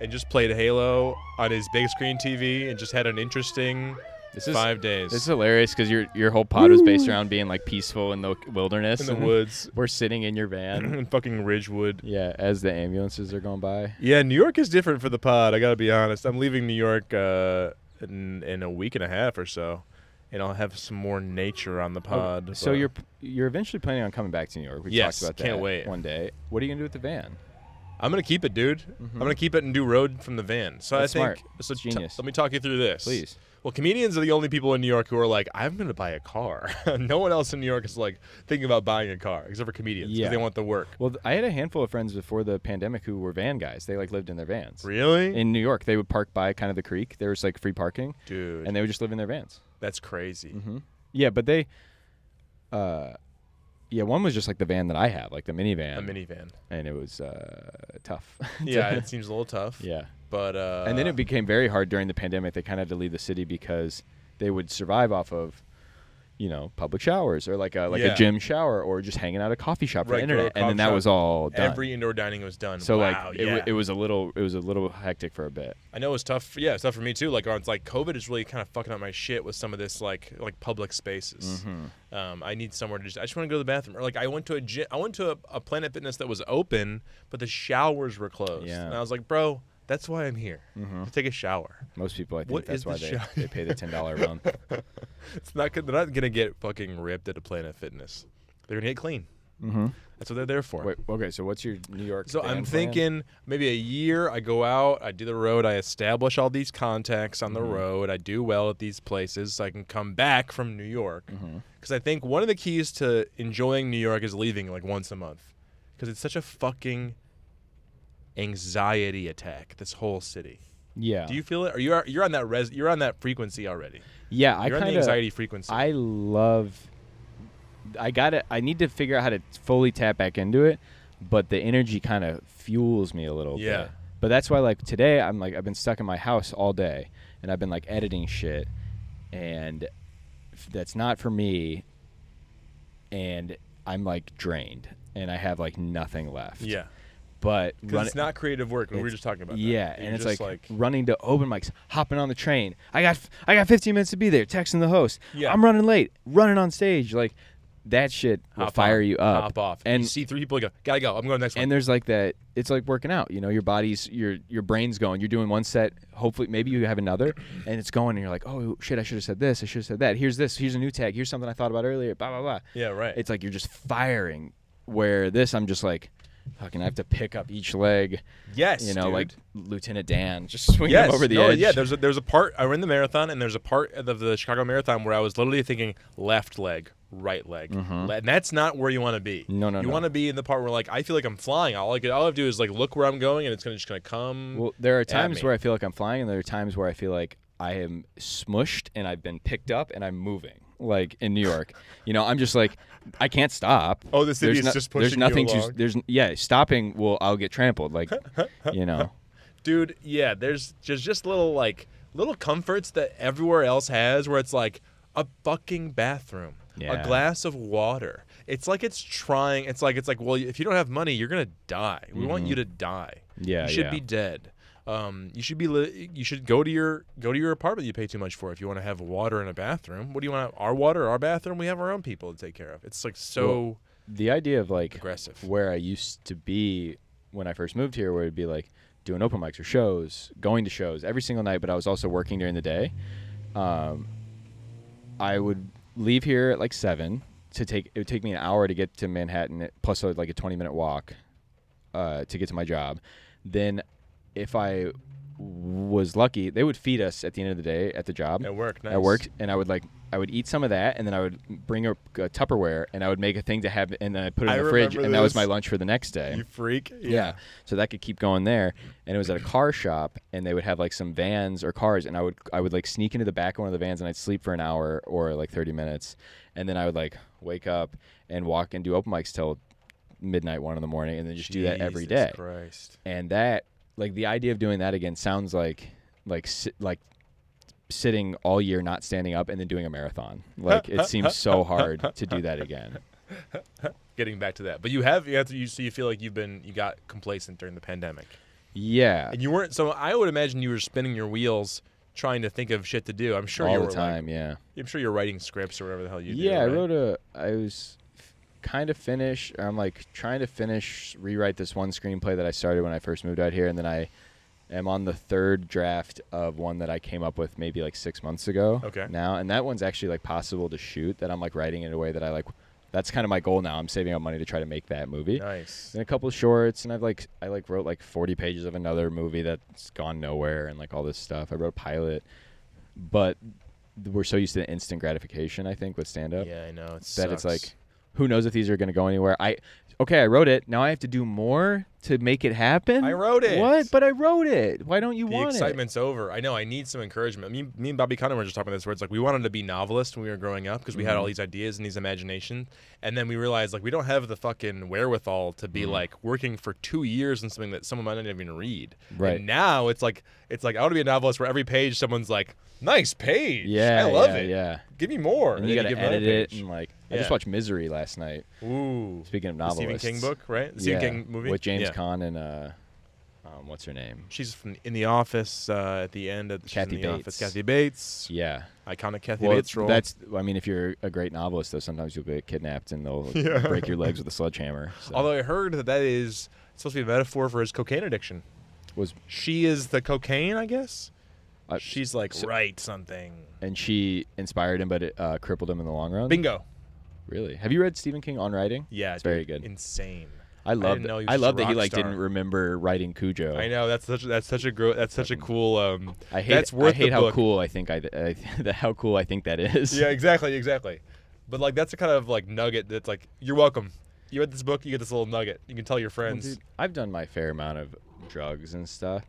and just played Halo on his big screen TV, and just had an interesting This is Five days This is hilarious because your your whole pod was based around being like peaceful in the wilderness. in the and woods We're sitting in your van. in fucking Ridgewood. yeah, as the ambulances are going by. Yeah, New York is different for the pod. I gotta be honest. I'm leaving New York uh, in, in a week and a half or so, and I'll have some more nature on Uh, the pod. Oh, so but- you're p- you're eventually planning on coming back to New York. We Yes, talked about can't that wait. one day. What are you gonna do with the van? I'm gonna keep it, dude. I'm gonna keep it and do road from the van. So Mm-hmm. That's I think smart. so. It's t- genius. let me talk you through this, Please. Well, comedians are the only people in New York who are like, I'm gonna buy a car. no one else in New York is like thinking about buying a car except for comedians because Yeah. they want the work. Well, th- I had a handful of friends before the pandemic who were van guys. They like lived in their vans. Really, In New York, they would park by kind of the creek. There was like free parking, dude? and they Mm-hmm. would just live in their vans. that's crazy. Yeah, but they, uh, yeah, one was just like the van that I have, like the minivan, A minivan. and it was uh, tough. to- Yeah, it seems a little tough. yeah. but uh, and then it became very hard during the pandemic. They kind of had to leave the city because they would survive off of, you know, public showers or like a like Yeah. a gym shower or just hanging out at a coffee shop or Right, the go to a internet, and coffee then that shop. was all done. every indoor dining was done. so wow, like it, yeah. w- it was a little it was a little hectic for a bit. I know it's tough. Yeah, it's tough for me too. Like, it's like COVID is really kind of fucking up my shit with some of this like like public spaces. Mm-hmm. Um, I need somewhere to just. I just want to go to the bathroom. Or like, I went to a gym. I went to a, a Planet Fitness that was open, but the showers were closed. Yeah. Mm-hmm. And I was like, bro, that's why I'm here to take a shower. Most people, I think, What that's is why the they, shower? they pay the ten dollar run. It's not. good- They're not gonna get fucking ripped at a Planet Fitness. They're gonna get clean. Mm-hmm. That's what they're there for. Wait, okay, so what's your New York? So van I'm plan? thinking maybe a year. I go out, I do the road, I establish all these contacts on the Mm-hmm. road. I do well at these places, so I can come back from New York. Because Mm-hmm. I think one of the keys to enjoying New York is leaving like once a month, because it's such a fucking anxiety attack. This whole city. Yeah. Do you feel it? Are you you're on that res? You're on that frequency already. yeah, I You're on kind the of. anxiety frequency. I love. I got to I need to figure out how to fully tap back into it, but the energy kind of fuels me a little. Yeah. Bit. But that's why, like today, I'm like I've been stuck in my house all day, and I've been like editing shit, and f- that's not for me. And I'm like drained, and I have like nothing left. yeah. But Because run- it's not creative work. and We were it's- just talking about. that. yeah, you're and it's just like, running to open mics, hopping on the train. I got f- I got 15 minutes to be there. Texting the host. Yeah. I'm running late. Running on stage, like that shit will hop fire on, you up. Hop off. And And you see three people. You go. Gotta go. I'm going to the next one. and there's like that. It's like working out. You know, your body's your your brain's going. You're doing one set. Hopefully, maybe you have another, and it's going. And you're like, oh shit, I should have said this. I should have said that. Here's this. Here's a new tag. Here's something I thought about earlier. Blah blah blah. Yeah, right. It's like you're just firing. Where this, I'm just like, fucking, I have to pick up each leg yes, you know, dude. like Lieutenant Dan, just swing yes, him over the no, edge. Yeah, there's a, there's a part. I ran the marathon, and there's a part of the Chicago Marathon where I was literally thinking left leg, right leg, le- and that's not where you want to be. Mm-hmm. No, no, you no. want to be in the part where like I feel like I'm flying. All I could, all I have to do is like look where I'm going, and it's gonna just gonna come. well, there are at times me. where I feel like I'm flying, and there are times where I feel like I am smushed and I've been picked up and I'm moving. Like in New York, you know, I'm just like, I can't stop. Oh, the city There's is just There's pushing you nothing along. to. There's yeah, stopping will I'll get trampled. Like, you know, dude. Yeah, there's just just little like little comforts that everywhere else has, where it's like a fucking bathroom, Yeah. a glass of water. It's like it's trying. It's like it's like well, if you don't have money, you're gonna die. We want you to die. Mm-hmm. Yeah, you should yeah. be dead. Um, you should be. Li- you should go to your go to your apartment. You pay too much for if you want to have water in a bathroom. What do you want? Our water, our bathroom. We have our own people to take care of. It's like so. Well, the idea of like Aggressive. where I used to be when I first moved here, where it'd be like doing open mics or shows, going to shows every single night, but I was also working during the day. Um, I would leave here at like seven to take it would take me an hour to get to Manhattan, plus uh, like a twenty minute walk uh, to get to my job. Then, if I was lucky, they would feed us at the end of the day at the job. At work, nice. At work, and I would like I would eat some of that, and then I would bring a, a Tupperware, and I would make a thing to have, and then I put it in I the fridge, remember and that was this. my lunch for the next day. you freak. Yeah. So that could keep going there. And it was at a car shop and they would have like some vans or cars and I would I would like sneak into the back of one of the vans and I'd sleep for an hour or like 30 minutes and then I would like wake up and walk and do open mics till midnight 1 in the morning and then just do that every Jesus day. Christ. And that like the idea of doing that again sounds like like si- like sitting all year not standing up and then doing a marathon. Like it seems so hard to do that again. Getting back to that, but you have you have to you so you feel like you've been you got complacent during the pandemic. Yeah. And you weren't so I would imagine you were spinning your wheels trying to think of shit to do. I'm sure all you the were time. yeah. Like, I'm sure you're writing scripts or whatever the hell you do. yeah, right? I wrote a. I was kind of finished. I'm like trying to finish rewrite this one screenplay that I started when I first moved out here, and then I am on the third draft of one that I came up with maybe like six months ago. Okay. Now, and that one's actually like possible to shoot. That I'm like writing in a way that I like. That's kind of my goal now. I'm saving up money to try to make that movie. nice. And a couple shorts, and I've like I like wrote like 40 pages of another movie that's gone nowhere, and like all this stuff. I wrote a pilot, but th- we're so used to instant gratification, I think, with stand up Yeah, I know. It that it's sucks. like, who knows if these are going to go anywhere? I okay, I wrote it. Now I have to do more to make it happen. I wrote it. What? But I wrote it. Why don't you the want excitement's over. I know. I need some encouragement. Me, me and Bobby Connor were just talking about this, where it's like we wanted to be novelists when we were growing up because we Mm-hmm. had all these ideas and these imagination, and then we realized like we don't have the fucking wherewithal to Mm-hmm. be like working for two years on something that someone might not even read. Right. And now it's like it's like I want to be a novelist where every page someone's like, "Nice page. it? Yeah, I love yeah, it. Yeah, Give me more." and, you then got to give another edit it page. and like. I Yeah. just watched Misery last night. Ooh. Speaking of The Stephen novelists, King book, right? The Stephen Yeah, King movie with James Yeah. Caan and uh, um, what's her name? She's from in the office uh, at the end of she's Kathy in the office. Bates. Kathy Bates, Yeah. iconic Kathy Well, Bates role. that's. I mean, if you're a great novelist, though, sometimes you'll get kidnapped and they'll break your legs with a sledgehammer. so. Although I heard that that is supposed to be a metaphor for his cocaine addiction. was She is the cocaine, I guess. uh, She's like so- write something. and she inspired him, but it uh, crippled him in the long run. Bingo. Really? Have you read Stephen King on writing? Yeah, it's very dude, good. Insane. I love. didn't know he was I just love a that he rock like star. didn't remember writing Cujo. I know that's such that's such a gro- that's such a cool. Um, Oh. I hate. that's worth I hate the how book. cool I think I, I how cool I think that is. Yeah, exactly, exactly. But like that's a kind of like nugget that's like you're welcome. You read this book, you get this little nugget. You can tell your Well, friends. dude, I've done my fair amount of drugs and stuff,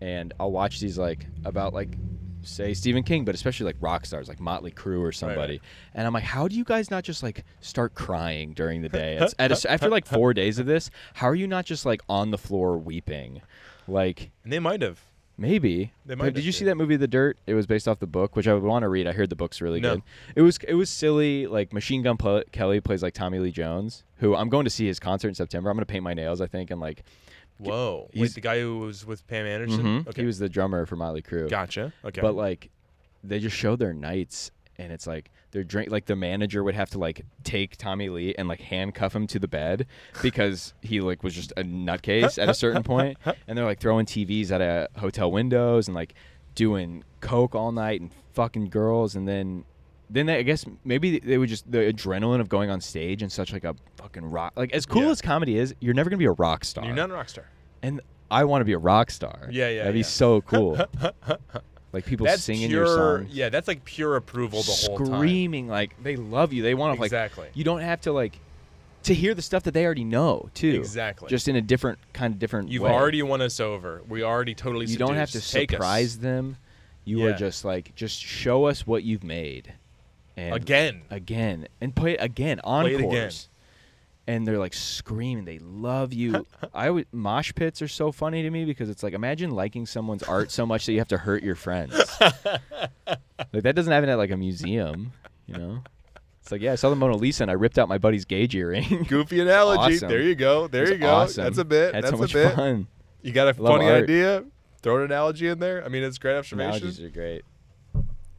and I'll watch these like about like say Stephen King, but especially like rock stars like Motley Crue or somebody, and I'm like, how do you guys not just like start crying during the day? It's, at a s after like four days of this, how are you not just like on the floor weeping, like? and they might have. Maybe. They But might did have, you see yeah. that movie The Dirt? It was based off the book, which I would want to read. I heard the book's really No. good. It was it was silly. Like Machine Gun Pel- Kelly plays like Tommy Lee Jones, who I'm going to see his concert in September. I'm going to paint my nails, I think, and like Whoa, he's- Wait, the guy who was with Pam Anderson. Mhm. Okay, he was the drummer for Motley Crue. gotcha. Okay, But like they just show their nights and it's like their drink like the manager would have to like take Tommy Lee and like handcuff him to the bed because he like was just a nutcase at a certain point and they're like throwing TVs at a hotel windows and like doing coke all night and fucking girls and then then they, I guess maybe they would just the adrenaline of going on stage and such like a fucking rock like as cool Yeah. as comedy is you're never gonna be a rock star you're not a rock star. and I want to be a rock star. Yeah, yeah, That'd be yeah. so cool. like people singing pure, your song, Yeah, that's like pure approval the whole time. screaming like they love you. They want to Exactly. like you don't have to like to hear the stuff that they already know too. Exactly. Just in a different kind of different. You've way. already won us over. We already totally. You don't have to seduced. Take us. surprise them. You are Yeah. just like just show us what you've made. And again. again and play it again it encores. again. And they're like screaming, they love you. I would mosh pits are so funny to me because it's like imagine liking someone's art so much that you have to hurt your friends. like that doesn't happen at like a museum, you know. It's like yeah, I saw the Mona Lisa and I ripped out my buddy's gauge earring. Goofy analogy. Awesome. There you go. There It's you go. awesome. That's a bit. Had That's so much a bit. fun. You got a Love funny art. idea. Throw an analogy in there. I mean, it's great observation. Analogies are great.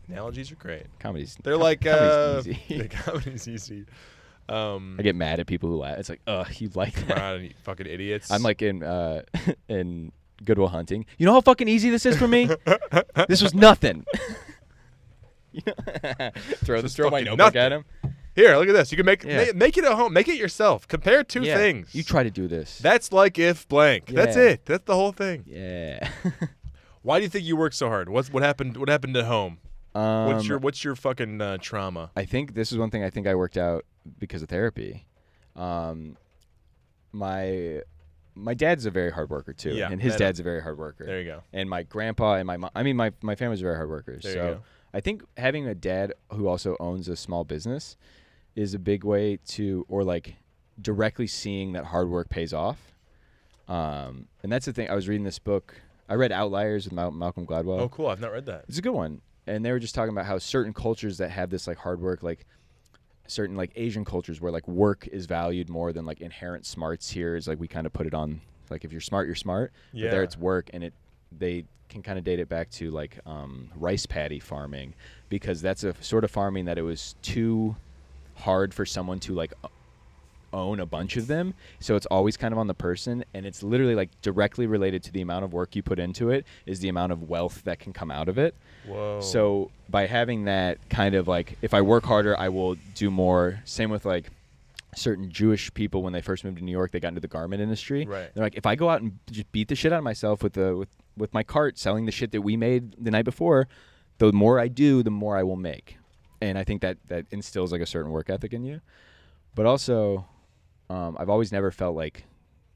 Analogies are great. Comedy's They're com- like uh, comedy's the easy. comedy's easy. Um, I get mad at people who laugh. It's like, ugh, you like that. God, you fucking idiots. I'm like in uh, in Goodwill Hunting. You know how fucking easy this is for me? this was nothing. You know- throw the This is throw my fucking notebook at nothing. him. here. Look at this. You can make ma- Yeah. make it at home. Make it yourself. Compare two Yeah, things. You try to do this. That's like if blank. That's Yeah. it. That's the whole thing. yeah. Why do you think you work so hard? What's what happened? What happened at home? um, What's your what's your fucking uh, trauma? I think this is one thing I think I worked out because of therapy. Um, my my dad's a very hard worker too, Yeah, and his I know. dad's a very hard worker. There you go. and my grandpa and my mom. I mean, my my family's very hard workers. There you so go. I think having a dad who also owns a small business is a big way to, or like directly seeing that hard work pays off. Um, and that's the thing. I was reading this book. I read Outliers with Mal- Malcolm Gladwell. Oh, cool. I've not read that. It's a good one. And they were just talking about how certain cultures that have this like hard work, like certain like Asian cultures where like work is valued more than like inherent smarts here is like we kind of put it on like if you're smart, you're smart. But Yeah. there it's work and it they can kind of date it back to like um, rice paddy farming because that's a sort of farming that it was too hard for someone to like o- own a bunch of them so it's always kind of on the person and it's literally like directly related to the amount of work you put into it is the amount of wealth that can come out of it Whoa. so by having that kind of like, if I work harder, I will do more. Same with like certain Jewish people when they first moved to New York, they got into the garment industry. Right. They're like, if I go out and just beat the shit out of myself with the with with my cart selling the shit that we made the night before, the more I do, the more I will make. And I think that that instills like a certain work ethic in you. But also, um, I've always never felt like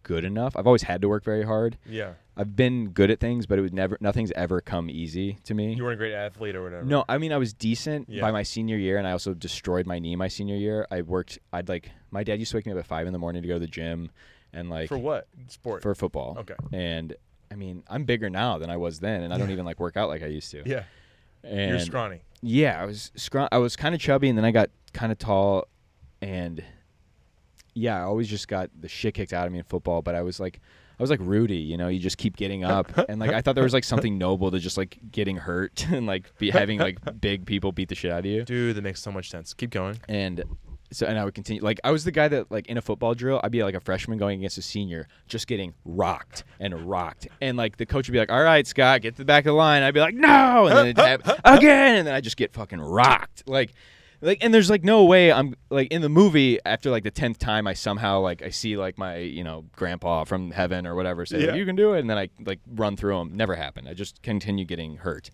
good enough. I've always had to work very hard. yeah, I've been good at things, but it would never nothing's ever come easy to me. you weren't a great athlete or whatever. No, I mean I was decent Yeah. by my senior year, and I also destroyed my knee my senior year. I worked. I'd like my dad used to wake me up at five in the morning to go to the gym, and like for what sport? for football. Okay. And I mean I'm bigger now than I was then, and I don't even like work out like I used to. yeah, And you're scrawny. yeah, I was scrum- I was kind of chubby, and then I got kind of tall, and yeah, I always just got the shit kicked out of me in football. But I was like, I was like Rudy, you know, you just keep getting up, and like I thought there was like something noble to just like getting hurt and like be having like big people beat the shit out of you. Dude, that makes so much sense. Keep going. And so, and I would continue. Like I was the guy that like in a football drill, I'd be like a freshman going against a senior, just getting rocked and rocked, and like the coach would be like, "All right, Scott, get to the back of the line." I'd be like, "No," and then it'd happen again, and then I just get fucking rocked, like. Like and there's like no way I'm like in the movie after like the tenth time I somehow like I see like my you know grandpa from heaven or whatever say Yeah. you can do it and then I like run through him never happened I just continue getting hurt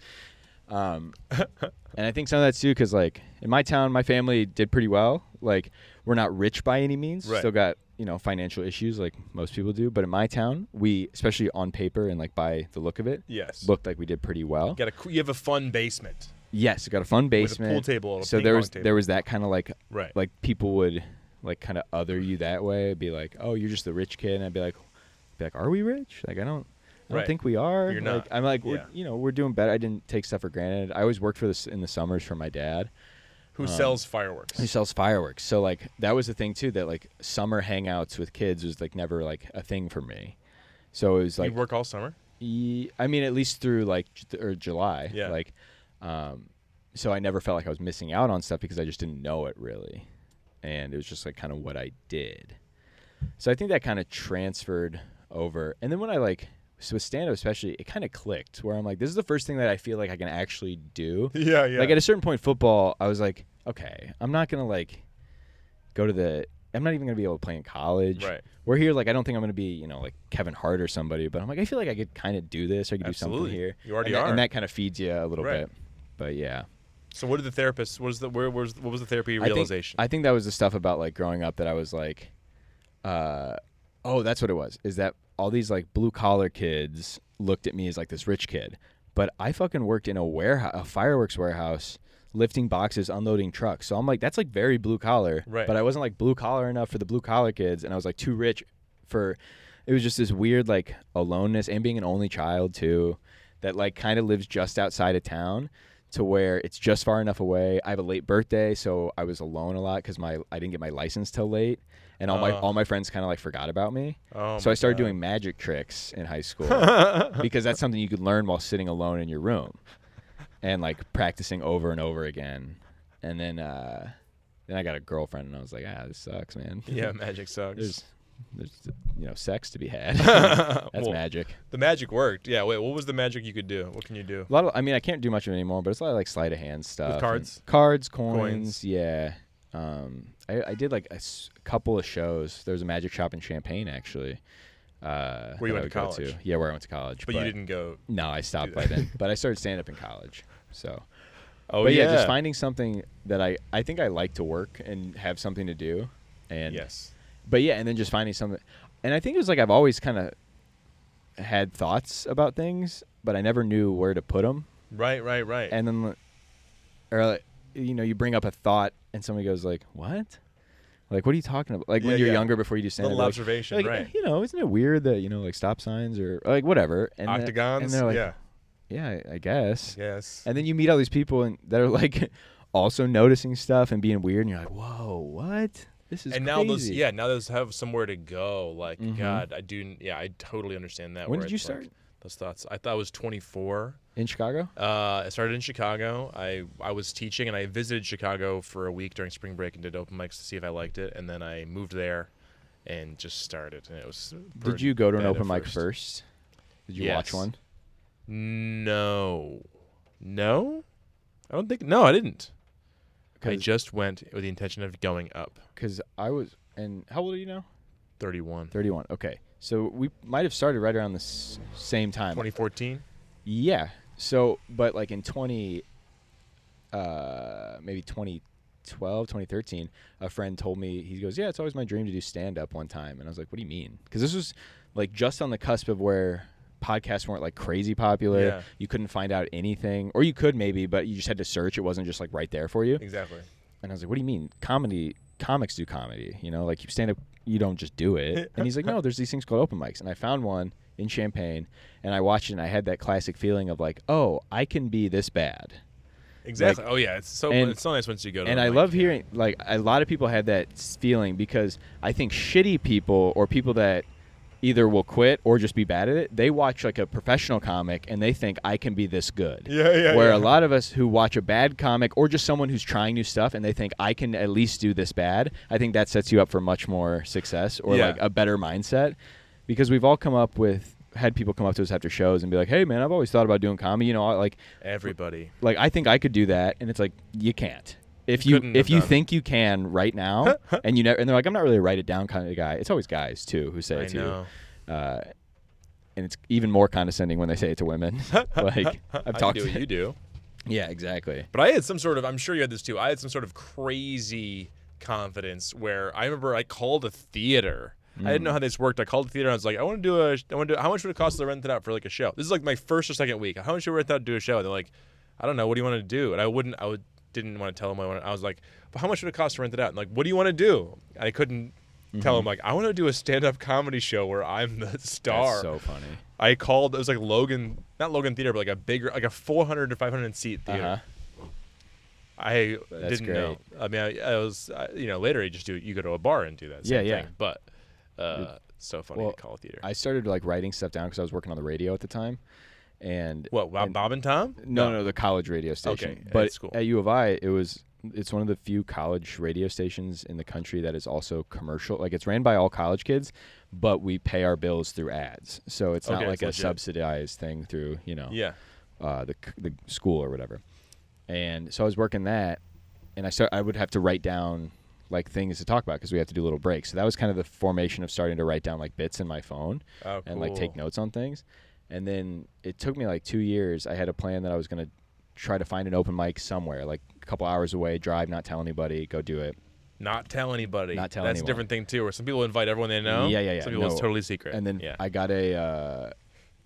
um, and I think some of that's too because like in my town, my family did pretty well. Like we're not rich by any means. Right. Still got you know financial issues like most people do. But in my town, we especially on paper and like by the look of it, Yes. looked like we did pretty well. Got a coo- you have a fun basement. Yes, we got a fun a basement, pool table and a so ping there pong was table. there was that kind of like Right. like people would like kind of other you that way. It'd be like, oh, you're just the rich kid, and I'd be like, be like, are we rich? Like I don't. I don't Right. think we are. You're like, not. I'm like, we're, Yeah. you know, we're doing better. I didn't take stuff for granted. I always worked for this in the summers for my dad, Who sells fireworks? Um, who sells fireworks. So like that was the thing too that like summer hangouts with kids was like never like a thing for me. So it was like you work all summer. ye- I mean at least through like j- or July Yeah. like um so I never felt like I was missing out on stuff because I just didn't know it really. And it was just like kind of what I did. So I think that kind of transferred over. And then when I like so with stand up especially it kind of clicked where I'm like this is the first thing that I feel like I can actually do. Yeah, yeah. Like at a certain point, football, I was like, okay, I'm not gonna like go to the. I'm not even gonna be able to play in college. Right. We're here. Like I don't think I'm gonna be, you know, like Kevin Hart or somebody. But I'm like, I feel like I could kind of do this. Or I could do Absolutely. something here. You already and that- are. and that kind of feeds you a little Right. bit. But yeah, so what did the therapist? What was the where was what was the therapy I think- realization? I think, that was the stuff about like growing up that I was like, uh, oh, that's what it was. Is that all these like blue collar kids looked at me as like this rich kid, but I fucking worked in a warehouse, a fireworks warehouse, lifting boxes, unloading trucks. So I'm like, that's like very blue collar. Right. But I wasn't like blue collar enough for the blue collar kids, and I was like too rich for. It was just this weird like aloneness and being an only child too, that like kind of lives just outside of town to where it's just far enough away. I have a late birthday, so I was alone a lot because my I didn't get my license till late, and all my Oh. all my friends kind of like forgot about me. Oh so my I started God. doing magic tricks in high school because that's something you could learn while sitting alone in your room, and like practicing over and over again. And then uh, then I got a girlfriend, and I was like, ah, this sucks, man. yeah, magic sucks. there's there's you know sex to be had. that's Well, magic. The magic worked. Yeah. Wait, what was the magic you could do? What can you do? A lot of, I mean, I can't do much of it anymore, but it's a lot of like sleight of hand stuff. and cards? cards, coins, Coins. yeah. Um, I, I did like a s- couple of shows. There was a magic shop in Champagne actually. Uh, Where you went to that I would go college. Yeah, where I went to college. But you didn't go. No, I stopped do by then. But I started stand up in college. So, Oh but yeah. just finding something that I I think I like to work and have something to do. And Yes. but yeah, and then just finding something. And I think it was like I've always kind of had thoughts about things, but I never knew where to put them Right. Right. Right. and then li- or like, you know you bring up a thought and somebody goes like what like what are you talking about like Yeah, when you're yeah. younger before you do stand Little like, observation, like, right. you know isn't it weird that you know like stop signs or or, like whatever and that- Octagons. and they're like yeah. yeah I, I guess Yes. and then you meet all these people and that are like also noticing stuff and being weird and you're like whoa what this is and now those crazy." Mm-hmm. yeah now those have somewhere to go like god i do yeah i totally understand that When where did you it's like- start? Those thoughts. I thought I was 24. in Chicago? Uh, I started in Chicago. I, I was teaching and I visited Chicago for a week during spring break and did open mics to see if I liked it. And then I moved there and just started. And it was. Did you go to an bad at open mic first? Did you Yes. watch one? No. No? I don't think. No, I didn't. I 'Cause- just went with the intention of going up Because I was, and how old are you now? 31. 31. Okay. So we might have started right around the s- same time. 2014? Yeah. So, but like in 20, uh, maybe 2012, 2013, a friend told me, he goes, Yeah, it's always my dream to do stand up one time. And I was like, What do you mean? Because this was like just on the cusp of where podcasts weren't like crazy popular. Yeah. You couldn't find out anything, or you could maybe, but you just had to search. It wasn't just like right there for you. Exactly. And I was like, "What do you mean? Comedy? Comics do comedy? You know, like you stand up, you don't just do it." And he's like, "No, there's these things called open mics." And I found one in Champagne, and I watched it, and I had that classic feeling of like, "Oh, I can be this bad." Exactly. oh, yeah. It's so, and- it's so nice once you go to And the I mic, love yeah. hearing like a lot of people had that s- feeling because I think shitty people or people that either will quit or just be bad at it, they watch like a professional comic and they think I can be this good. Yeah, yeah, Where yeah. a lot of us who watch a bad comic or just someone who's trying new stuff and they think I can at least do this bad, I think that sets you up for much more success or Yeah. like a better mindset because we've all come up with had people come up to us after shows and be like, "Hey man, I've always thought about doing comedy, you know, I- like Everybody. like I think I could do that, and it's like you can't. If You you, couldn't have if you done it. think you can right now, and you never, and they're like, I'm not really a write it down kind of guy. It's always guys too who say I it to know. you, uh, and it's even more condescending when they say it to women. like I I've talked do to what you do. Yeah, exactly. But I had some sort of, I'm sure you had this too. I had some sort of crazy confidence where I remember I called a theater. I didn't Hmm. know how this worked. I called the theater. I was like, I want to do a, I want to do, how much would it cost to rent it out for like a show? This is like my first or second week. How much would it rent out to do a show? And they're like, I don't know. What do you want to do? And I wouldn't, I would, didn't want to tell them I wanted, I was like, but how much would it cost to rent it out? And like, what do you want to do? I couldn't tell them like, I want to do a stand up comedy show where I'm the star. Mm-hmm. That's so funny. I called. It was like Logan, not Logan Theater, but like a bigger, like a 400 to 500 seat theater. Uh-huh. I That's didn't know. I mean, I, I was, I, you know, later you just do, you go to a bar and do that. Same Yeah, yeah. Thing. But uh, so funny well, to call a theater. I started like writing stuff down because I was working on the radio at the time, and what? Wow, Bob and Tom? No, no, the college radio station. Okay, at but school. at U of I, it was it's one of the few college radio stations in the country that is also commercial. Like it's ran by all college kids, but we pay our bills through ads. So it's Okay, not like it's a legit. subsidized thing through you know Yeah. uh, the c- the school or whatever. And so I was working that, and I start I would have to write down like things to talk about because we have to do little breaks. So that was kind of the formation of starting to write down like bits in my phone Oh, and like take cool. notes on things. And then it took me like two years. I had a plan that I was gonna try to find an open mic somewhere, like a couple hours away, drive, not tell anybody, go do it. Not tell anybody. Not tell That's anyone. a different thing too. Where some people invite everyone they know. Yeah, yeah, yeah. Some people it's no. totally secret. And then yeah. I got a uh,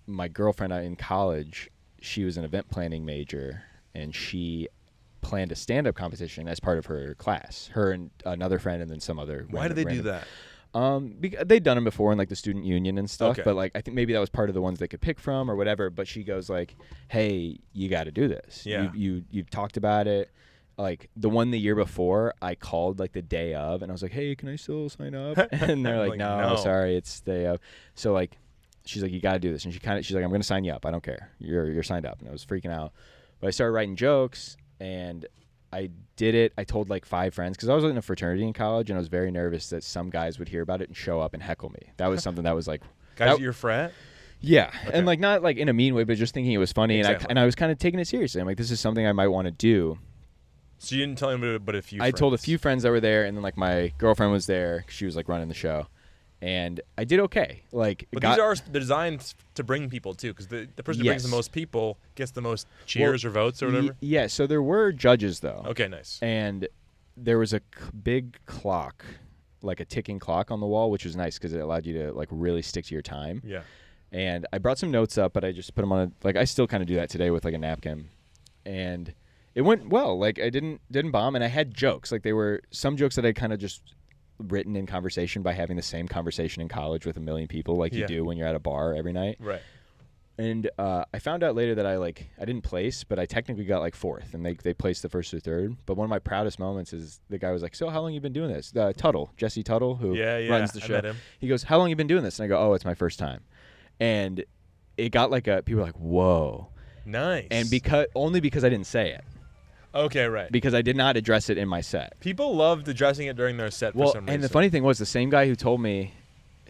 my girlfriend I- in college. She was an event planning major, and she planned a stand-up competition as part of her class. Her and another friend, and then some other. Why do random- they do random- that? Um, because they'd done them before in like the student union and stuff, Okay. but like I think maybe that was part of the ones they could pick from or whatever. But she goes like, "Hey, you got to do this. Yeah. you, you you've talked about it." Like the one the year before, I called like the day of, and I was like, "Hey, can I still sign up?" And they're like, Like, no, no. sorry, it's day of." So like, she's like, "You got to do this," and she kind of she's like, "I'm gonna sign you up. I don't care. You're you're signed up." And I was freaking out, but I started writing jokes and I did it. I told like five friends because I was in a fraternity in college, and I was very nervous that some guys would hear about it and show up and heckle me. That was something that was like, Guys that- at your frat? yeah, Okay. and like not like in a mean way, but just thinking it was funny, and I Exactly. and I was kind of taking it seriously. I'm like, this is something I might want to do. So you didn't tell anybody, but a few. I told a friends. few friends that were there, and then like my girlfriend was there. 'cause She was like running the show, and I did okay. Like, But got- these are sp- designed to bring people too, because the, the person who brings the Yes. most people gets the most cheers or votes or Y- whatever. yeah. So there were judges though. Okay, nice. and there was a c- big clock like a ticking clock on the wall which was nice because it allowed you to like really stick to your time yeah. and i brought some notes up but i just put them on a like i still kind of do that today with like a napkin and it went well like i didn't didn't bomb and i had jokes like they were some jokes that i kind of just written in conversation by having the same conversation in college with a million people like you Yeah. do when you're at a bar every night Right. and uh, I found out later that I like I didn't place, but I technically got like fourth, and they they placed the first or third. But one of my proudest moments is the guy was like, "So how long you been doing this?" Uh, Tuttle, Jesse Tuttle, who Yeah, yeah, runs the I show. met him. He goes, "How long you been doing this?" And I go, "Oh, it's my first time," and it got like a people were like whoa, Nice. and because only because I didn't say it okay, right. because I did not address it in my set. People loved addressing it during their set Well, for some reason. and the funny thing was the same guy who told me,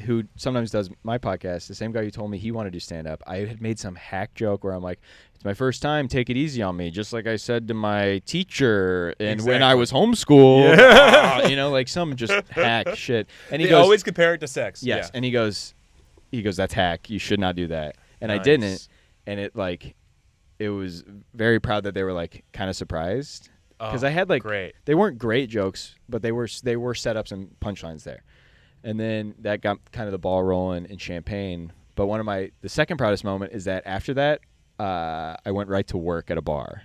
who sometimes does my podcast, the same guy who told me he wanted to stand up. I had made some hack joke where I'm like, "It's my first time. Take it easy on me," just like I said to my teacher and when I Exactly. was homeschooled. Ah, you know, like some just hack shit. And they he goes, always compare it to sex. "Yes," Yeah. and he goes, "He goes, that's hack. You should not do that." And I Nice. didn't, and it like, it was very proud that they were like kind of surprised because Oh, I had like great. they weren't great jokes, but they were they were setups and punchlines there. And then that got kind of the ball rolling in Champagne. But one of my the second proudest moment is that after that, uh, I went right to work at a bar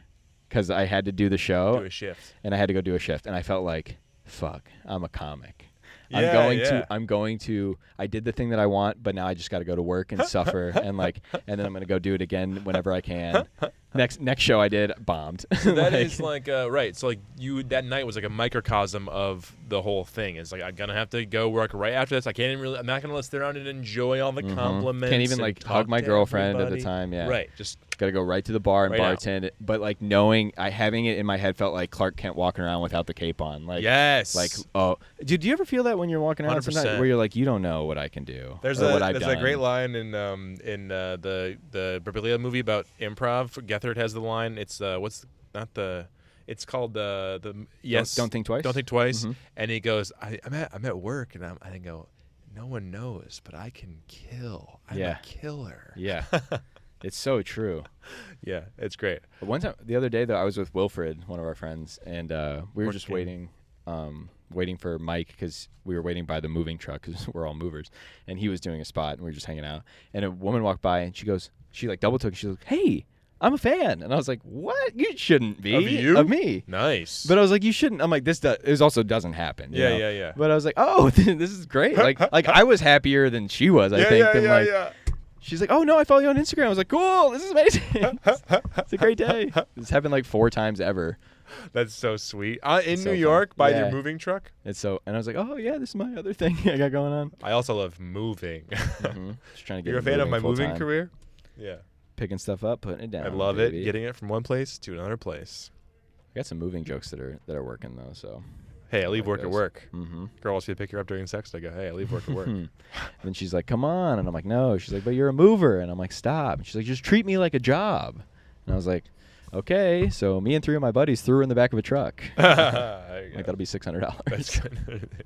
because I had to do the show Do a shift. and I had to go do a shift, and I felt like, fuck, I'm a comic. Yeah, I'm going yeah. to I'm going to I did the thing that I want, but now I just got to go to work and suffer and like and then I'm going to go do it again whenever I can. Next next show I did bombed. That is like, uh, right. So like you, that night was like a microcosm of the whole thing. It's like I'm gonna have to go work right after this. I can't even really. I'm not gonna sit around and enjoy all the compliments. Mm-hmm. Can't even, and like, talk hug my to girlfriend at the everybody. time, yeah. Right. Just Got to go right to the bar and Right out. bartend. But like knowing, I having it in my head felt like Clark Kent walking around without the cape on. Like yes. Like oh, dude, do you ever feel that when you're walking around sometimes 100%. where you're like, you don't know what I can do There's or a what I've there's done. a great line in um in uh, the the Brabilia movie about improv. Gethard has the line. It's uh what's not the it's called uh, the yes Don't Think Twice? Mm-hmm. don't think twice and he goes I, I'm at I'm at work and I'm I go no one knows but I can kill I'm Yeah. a killer Yeah, it's so true. yeah it's great But One time, the other day though, I was with Wilfred, one of our friends, and uh, we were just Working. waiting, um, waiting for Mike because we were waiting by the moving truck because we're all movers, and he was doing a spot, and we were just hanging out. And a woman walked by, and she goes, she like double took, she's like, "Hey, I'm a fan," and I was like, "What? You shouldn't be Of you? of me." nice But I was like, you shouldn't. I'm like, this does. It was also doesn't happen. you Yeah, know? yeah, yeah. But I was like, oh, this is great. Like, like I was happier than she was. I yeah think. yeah than, yeah, like, yeah She's like, oh no, I follow you on Instagram. I was like, cool, this is amazing. it's a great day. This happened like four times ever. that's so sweet uh, in New so fun. York by your Yeah. moving truck And so, and I was like, oh yeah, this is my other thing I got going on. I also love moving Mm-hmm. Just trying to get you're a fan of my full moving time. career yeah picking stuff up, putting it down. I love it Oh, baby. getting it from one place to another place. I got some moving jokes that are that are working though. So, Hey, I leave work at those. work. hmm Girl wants me to pick her up during sex. I go, hey, I leave work at work. and then she's like, come on, and I'm like, no. She's like, but you're a mover, and I'm like, stop. And she's like, just treat me like a job. And I was like, okay. So me and three of my buddies threw her in the back of a truck. There you like go. that'll be six hundred dollars. That's good.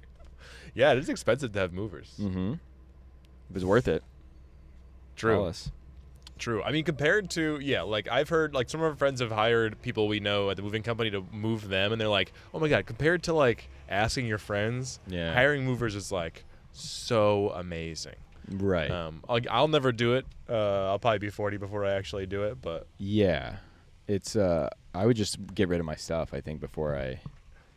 yeah, it is expensive to have movers. Mm-hmm. It was worth it. True. Tell us. True. I mean, compared to yeah, like I've heard like some of our friends have hired people we know at the moving company to move them, and they're like, oh my god, compared to like asking your friends, Yeah. hiring movers is like so amazing. Right. Um, I'll, I'll never do it. Uh, I'll probably be forty before I actually do it, but yeah. It's uh I would just get rid of my stuff, I think, before I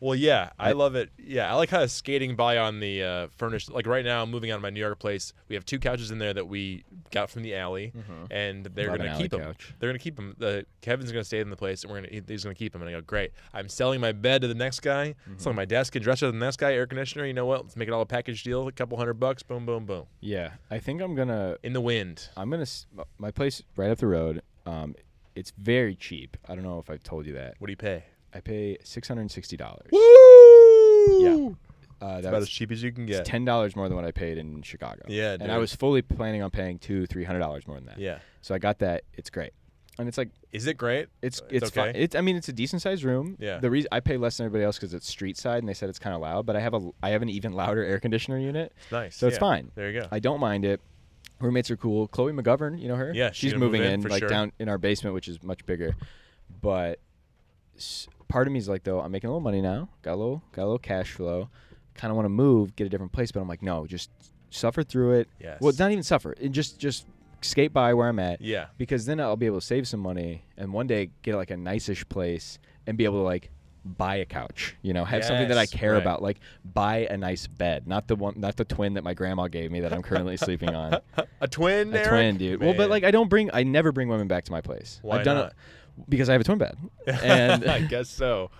Well, yeah, I, I- love it. Yeah, I like how it's skating by on the uh, furnished. Like right now, I'm moving out of my New York place. We have two couches in there that we got from the alley, and they're Love Mm-hmm. an gonna alley keep them. couch. They're gonna keep them. The Kevin's gonna stay in the place, and we're gonna he- he's gonna keep them. And I go, great. I'm selling my bed to the next guy. Mm-hmm. Selling my desk and dresser to the next guy. Air conditioner. You know what? Let's make it all a package deal. A couple hundred bucks. Boom, boom, boom. Yeah. I think I'm gonna In the wind. I'm gonna s- m- my place right up the road, um it's very cheap. I don't know if I've told you that. What do you pay? I pay six hundred and sixty dollars. Woo! Uh About that as was cheap as you can it's get. ten dollars more than what I paid in Chicago. Yeah, And I dude. was fully planning on paying two, three hundred dollars more than that. Yeah. So I got that. It's great. And it's like Is it great? It's It's it's, fine. okay? It's I mean it's a decent sized room. Yeah. The reason I pay less than everybody else because it's street side and they said it's kind of loud, but I have a I have an even louder air conditioner unit. Nice. So it's yeah. fine. There you go. I don't mind it. Roommates are cool. Chloe McGovern, you know her. Yeah, she's she's gonna move moving in for like sure. down in our basement, which is much bigger. But s- part of me is like, though, I'm making a little money now. Got a little got a little cash flow. Kind of want to move, get a different place, but I'm like, no, just suffer through it. Yes. Well, not even suffer. It just just skate by where I'm at yeah. because then I'll be able to save some money and one day get like a niceish place and be able to like buy a couch, you know, have something that I Yes, care right. about, like buy a nice bed, not the one, not the twin that my grandma gave me that I'm currently sleeping on. A twin. A Eric? twin, dude. Well, Man. but like I don't bring, I never bring women back to my place. Why I've done not? it because I have a twin bed, I and guess so.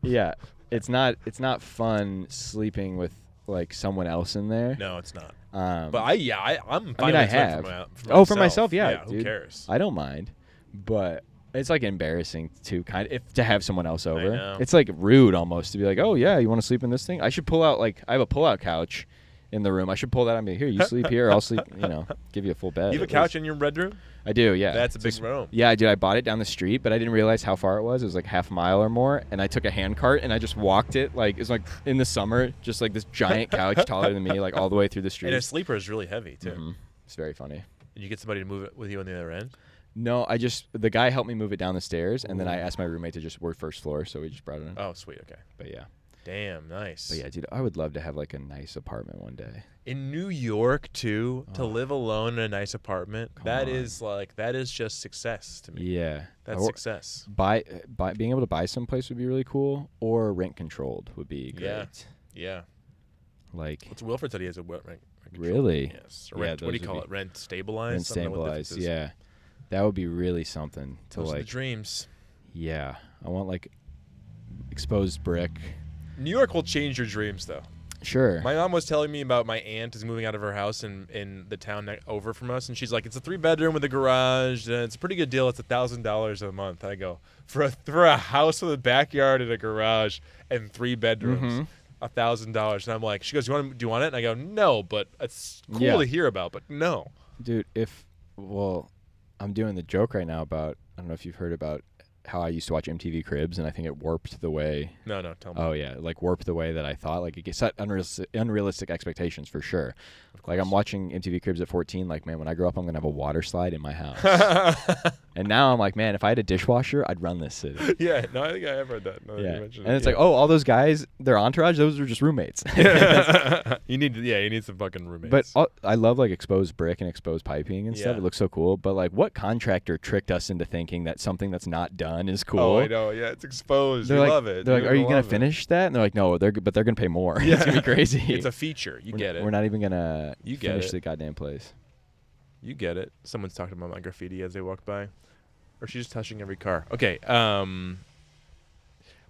yeah, it's not, it's not fun sleeping with like someone else in there. No, it's not. Um, But I, yeah, I, I'm. I mean, five I minutes away have. From my, from oh, for myself, yeah. yeah who dude. cares? I don't mind, but it's like embarrassing to kind of if to have someone else over. know. It's like rude almost to be like, oh yeah, you want to sleep in this thing? I should pull out like I have a pull-out couch in the room. I should pull that. I mean, here you sleep here. I'll sleep. You know, give you a full bed. you have a at couch least." in your red room. I do. Yeah. That's a It's big s- room. Yeah, dude, I bought it down the street, but I didn't realize how far it was. It was like half a mile or more, and I took a hand cart and I just walked it like it's like in the summer, just like this giant couch taller than me, like all the way through the street. And a sleeper is really heavy too. Mhm. It's very funny. And you get somebody to move it with you on the other end. No, I just the guy helped me move it down the stairs, and then I asked my roommate to just work first floor, so we just brought it in. Oh, sweet. Okay. But yeah, Damn, nice. but yeah, dude, I would love to have like a nice apartment one day. In New York too, to live alone in a nice apartment, that on. is like that is just success to me. Yeah, That's Or- success. buy, buy being able to buy someplace would be really cool, or rent controlled would be great. Yeah. Yeah. Like What's Wilfred said he has a rent, rent control. really, Yes. Or Yeah, rent, what do you those would call be- it? Rent stabilized. rent I don't know what the difference stabilized. is. Yeah, that would be really something to Those are the like. dreams. Yeah, I want like exposed brick. New York will change your dreams though. Sure. My mom was telling me about my aunt is moving out of her house in, in the town ne- over from us, and she's like, "It's a three bedroom with a garage, and it's a pretty good deal. It's a thousand dollars a month." I go for a for a house with a backyard and a garage and three Mm-hmm. bedrooms, a thousand dollars, and I'm like, she goes, "You want to do you want it?" And I go, "No, but it's cool Yeah. to hear about, but no." Dude, if well, I'm doing the joke right now about I don't know if you've heard about how I used to watch MTV Cribs, and I think it warped the way. No, no, tell me. Oh yeah, like warped the way that I thought. Like it gets set unrealistic, unrealistic expectations for sure. Like I'm watching MTV Cribs at 14. Like man, when I grow up, I'm gonna have a water slide in my house. and now I'm like, man, if I had a dishwasher, I'd run this city. yeah, no, I think I have heard that. now that you Yeah, mention and it, it's yeah. like, oh, all those guys, their entourage, those are just roommates. you need, to, yeah, you need some fucking roommates. oh, But all, I love like exposed brick and exposed piping and stuff. Yeah. It looks so cool. But like, what contractor tricked us into thinking that something that's not done is cool? oh, I know, yeah, it's exposed. They're we like, love it. They're We like, are you gonna love it. finish that? And they're like, no, they're g- but they're gonna pay more. it's gonna be crazy. It's a feature. You we're, get it. We're not even gonna You get finish it. the goddamn place. You get it. Someone's talking about my graffiti as they walk by. Or she's just touching every car. Okay. Um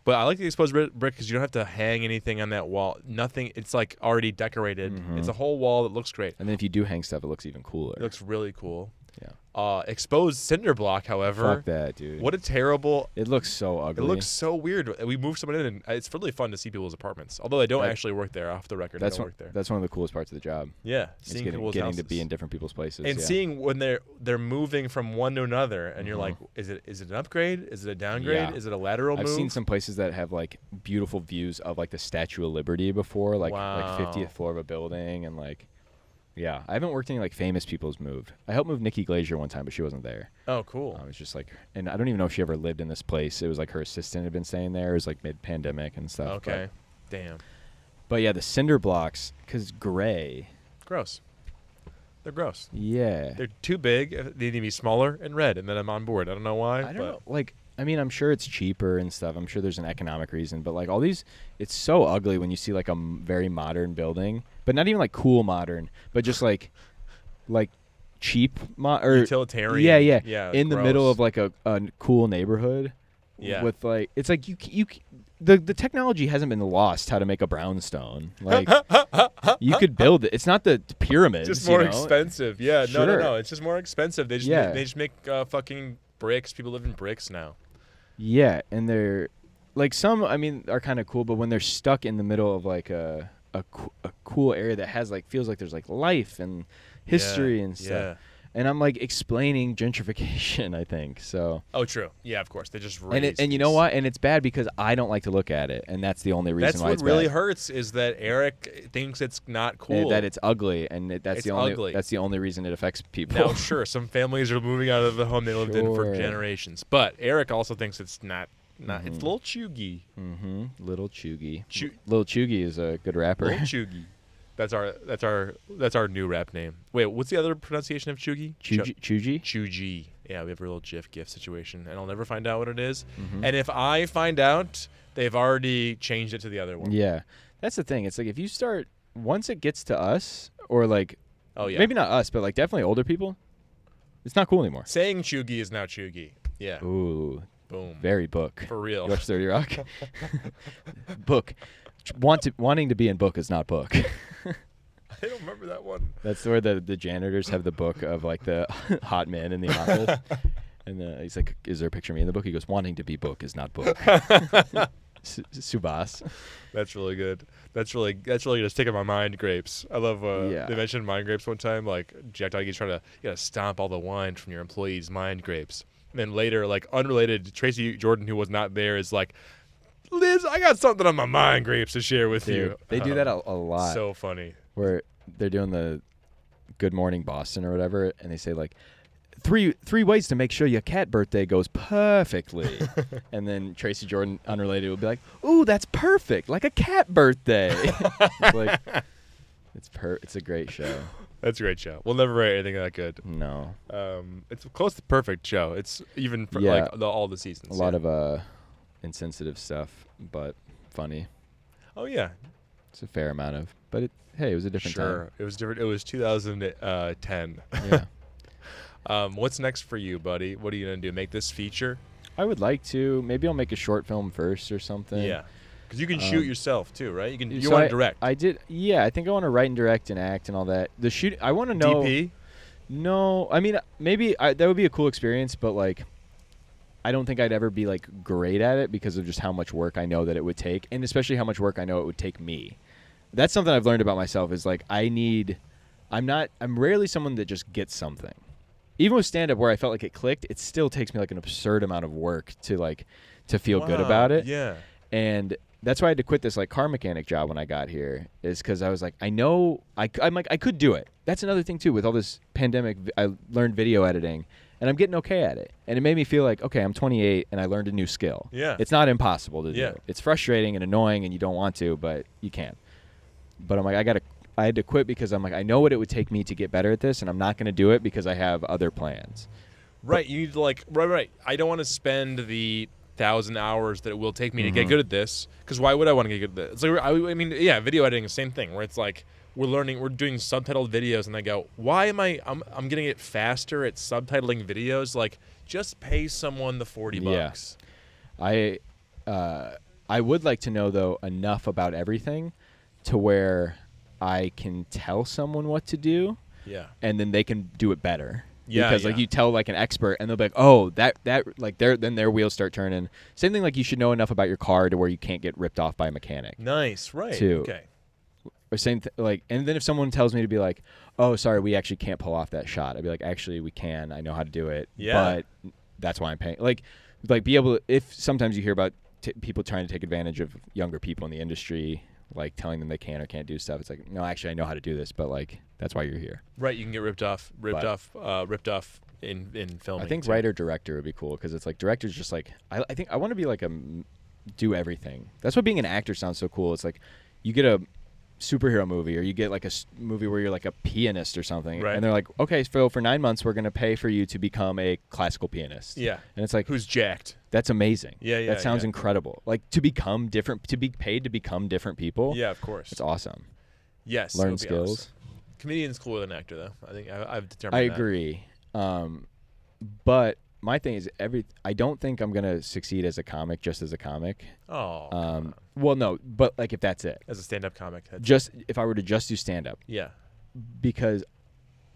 But I like the exposed bri- brick because you don't have to hang anything on that wall. Nothing. It's like already decorated. Mm-hmm. It's a whole wall that looks great. And then if you do hang stuff, it looks even cooler. It looks really cool. Yeah. Uh, exposed cinder block, however. Fuck that, dude. What a terrible. It looks so It ugly. looks so weird. We moved someone in, and uh, it's really fun to see people's apartments. Although I don't That- actually work there, off the record, That's I don't one, work there. that's one of the coolest parts of the job. yeah, It's seeing getting, people's getting to be houses. in different people's places. and yeah. seeing when they're they're moving from one to another and you're like is it is it an upgrade is it a downgrade Mm-hmm. Yeah. is it a lateral I've move seen some places that have like beautiful views of like the Statue of Liberty before, like Wow. like 50th floor of a building, and like, yeah, I haven't worked any like famous people's moved. I helped move Nikki Glazier one time, but she wasn't there. oh cool I was just like, and I don't even know if she ever lived in this place. It was like her assistant had been staying there. It was like mid pandemic and stuff. but- okay damn But, yeah, the cinder blocks, cause gray. gross they're gross Yeah. they're too big Uh, they need to be smaller and red and then i'm on board i don't know why I don't but know. Like, I mean, I'm sure it's cheaper and stuff. I'm sure there's an economic reason, but like all these, it's so ugly when you see like a m- very modern building, but not even like cool modern, but just like, like cheap mo- or Utilitarian. Yeah, yeah, Yeah, In the middle gross. of like a, a n- cool neighborhood. Yeah. With like, it's like you c- you c- the the technology hasn't been lost how to make a brownstone. Like, you could build it. It's not the pyramids. just you more know? expensive yeah no no Sure. no it's just more expensive they just Yeah. make, they just make uh, fucking bricks people live in bricks now Yeah, and they're like some. I mean, are kind of cool, but when they're stuck in the middle of like a a, coo- a cool area that has like feels like there's like life and history Yeah, and stuff. yeah. And I'm like explaining gentrification, I think. So oh true yeah of course they just and it, raise and you know these. what? And it's bad because I don't like to look at it, and that's the only reason that's why what it's really bad. hurts is that eric thinks it's not And cool That it's ugly, and it, that's It's the only ugly. that's the only reason it affects people. Now, sure, some families are moving out of the home they lived in for Sure. generations, but Eric also thinks it's not. Not, It's Mm-hmm. a little chuggy. hmm Little Chugi, Chu- Little Chugi is a good rapper. Little chuggy. That's our that's our that's our new rap name. Wait, what's the other pronunciation of chuggy? Chugi, Chugi. Chuggy. Yeah, we have a little GIF GIF situation, and I'll never find out what it is. Mm-hmm. And if I find out, they've already changed it to the other one. Yeah. That's the thing. It's like if you start once it gets to us or like Oh yeah. maybe not us, but like definitely older people, it's not cool anymore. Saying chuggy is now chuggy. Yeah. Ooh, Boom. very book. For real. You watch 30 Rock? book. Want to, wanting to be in book is not book. I don't remember that one. That's where the, the janitors have the book of like the hot men in the office. and uh, he's like, Is there a picture of me in the book? He goes, Wanting to be book is not book. Su- Subas. That's really good. That's really that's really just taking my mind grapes. I love uh, Yeah. they mentioned mind grapes one time. Like Jack Doggy's trying to you know stomp all the wine from your employees' mind grapes. And then later, like unrelated, Tracy Jordan, who was not there, is like, Liz, I got something on my mind grapes to share with you. Dude, they do Um, that a, a lot. So funny. where they're doing the Good Morning Boston or whatever, and they say like three three ways to make sure your cat birthday goes perfectly, and then Tracy Jordan, unrelated, will be like, "Ooh, that's perfect, like a cat birthday." it's like it's per it's a great show. That's a great show. We'll never write anything that good. No, Um, it's close to perfect show. It's even for Yeah. like the, all the seasons. a lot yeah. of uh insensitive stuff, but funny. oh yeah, It's a fair amount of, but it hey, it was a different sure. It was different. It was uh, 2010. time. Yeah. Um, what's next for you, buddy? What are you gonna do? Make this feature? I would like to. Maybe I'll make a short film first or something. yeah, because you can shoot um, yourself too, right? You can. You So want I- to direct? I did. Yeah, I think I want to write and direct and act and all that. The shoot. I want to know. DP. No, I mean maybe I, that would be a cool experience, but like, I don't think I'd ever be like great at it because of just how much work I know that it would take, and especially how much work I know it would take me. That's something I've learned about myself is like I need. I'm not. I'm rarely someone that just gets something. Even with stand up, where I felt like it clicked, it still takes me like an absurd amount of work to like to feel good Wow, about it Yeah. and that's why I had to quit this like car mechanic job when I got here is because I was like I know I c- I'm like I could do it. That's another thing too with all this pandemic. v- I learned video editing and I'm getting okay at it, and it made me feel like okay I'm 28 and I learned a new skill. Yeah. it's not impossible to Yeah. do. It's frustrating and annoying and you don't want to, but you can. But I'm like I gotta. I had to quit because I'm like I know what it would take me to get better at this, and I'm not going to do it because I have other plans. Right. You need to like. Right. Right. I don't want to spend the thousand hours that it will take me to Mm-hmm. get good at this. Because why would I want to get good at this? It's like I, I mean, yeah, video editing is the same thing. Where it's like we're learning, we're doing subtitled videos, and I go, why am I? I'm I'm getting it faster at subtitling videos. Like just pay someone the forty Yeah. bucks. I uh, I would like to know though enough about everything to where I can tell someone what to do Yeah. and then they can do it better. Yeah, because like yeah. you tell like an expert and they'll be like, "Oh, that that like their then their wheels start turning." Same thing like you should know enough about your car to where you can't get ripped off by a mechanic. Nice. Right. Two. Okay. Or same th- like and then if someone tells me to be like, "Oh, sorry, we actually can't pull off that shot." I'd be like, "Actually, we can. I know how to do it." Yeah. But that's why I'm paying. Like like be able to if sometimes you hear about t- people trying to take advantage of younger people in the industry like telling them they can or can't do stuff. It's like, "No, actually, I know how to do this, but like that's why you're here." Right, you can get ripped off, ripped But- off, uh, ripped off in in filming. I think too. writer director would be cool because it's like director's just like I, I think I want to be like a m- do everything. That's why being an actor sounds so cool. It's like you get a superhero movie or you get like a s- movie where you're like a pianist or something, Right. and they're like, okay, Phil, for nine months we're gonna pay for you to become a classical pianist. Yeah. and it's like who's jacked. that's amazing. Yeah, yeah, that sounds yeah. incredible. Like to become different, to be paid to become different people. Yeah, of course. it's awesome. Yes, Learn it'll be awesome. skills. Comedian's cooler than actor, though. I think I, I've determined. I that. agree. Um, but my thing is every. I don't think I'm gonna succeed as a comic just as a comic. Oh, Um, well, no, but like if that's it, as a stand-up comic, that's, just if I were to just do stand up, yeah, because,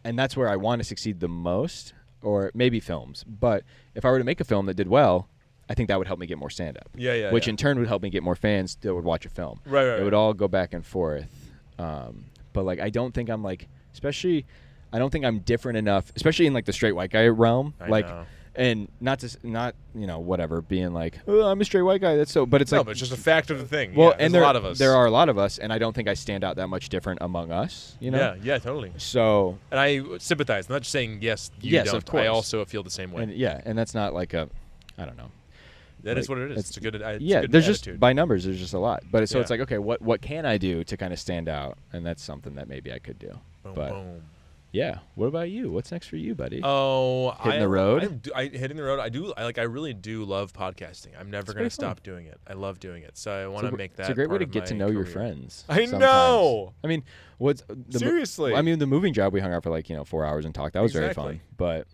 and that's where I want to succeed the most, or maybe films. But if I were to make a film that did well, I think that would help me get more stand up. Yeah, yeah, Which yeah. in turn would help me get more fans that would watch a film. Right, right, It right. would all go back and forth. Um, but like, I don't think I'm like, especially, I don't think I'm different enough, especially in like the straight white guy realm. I like. know. And not to s- not you know whatever being like oh I'm a straight white guy that's so but it's no, like but it's just a fact of the thing. well, yeah, there's and there, a lot of us. there are a lot of us, and I don't think I stand out that much different among us. You know. Yeah, yeah, totally. So And I sympathize. I'm not just saying yes. You Yes, don't. of course. I also feel the same way. and yeah, and that's not like a, I don't know. that is like, what it is. that's- It's a good. I- It's yeah, a good there's attitude. just by numbers, there's just a lot. But so it's Yeah. like okay, what what can I do to kind of stand out? And that's something that maybe I could do. Boom, but boom. yeah, what about you? What's next for you, buddy? Oh, Hitting I, the road? I do- I, hitting the road. I do. I like. I really do love podcasting. I'm never going very to fun. stop doing it. I love doing it. So I It's want a to gr- make that. It's a great way part to of get to my know your career. friends. I sometimes. know! I mean, what's the mo- Seriously. I mean, the moving job we hung out for like you know four hours and talked. That was very Exactly. fun. But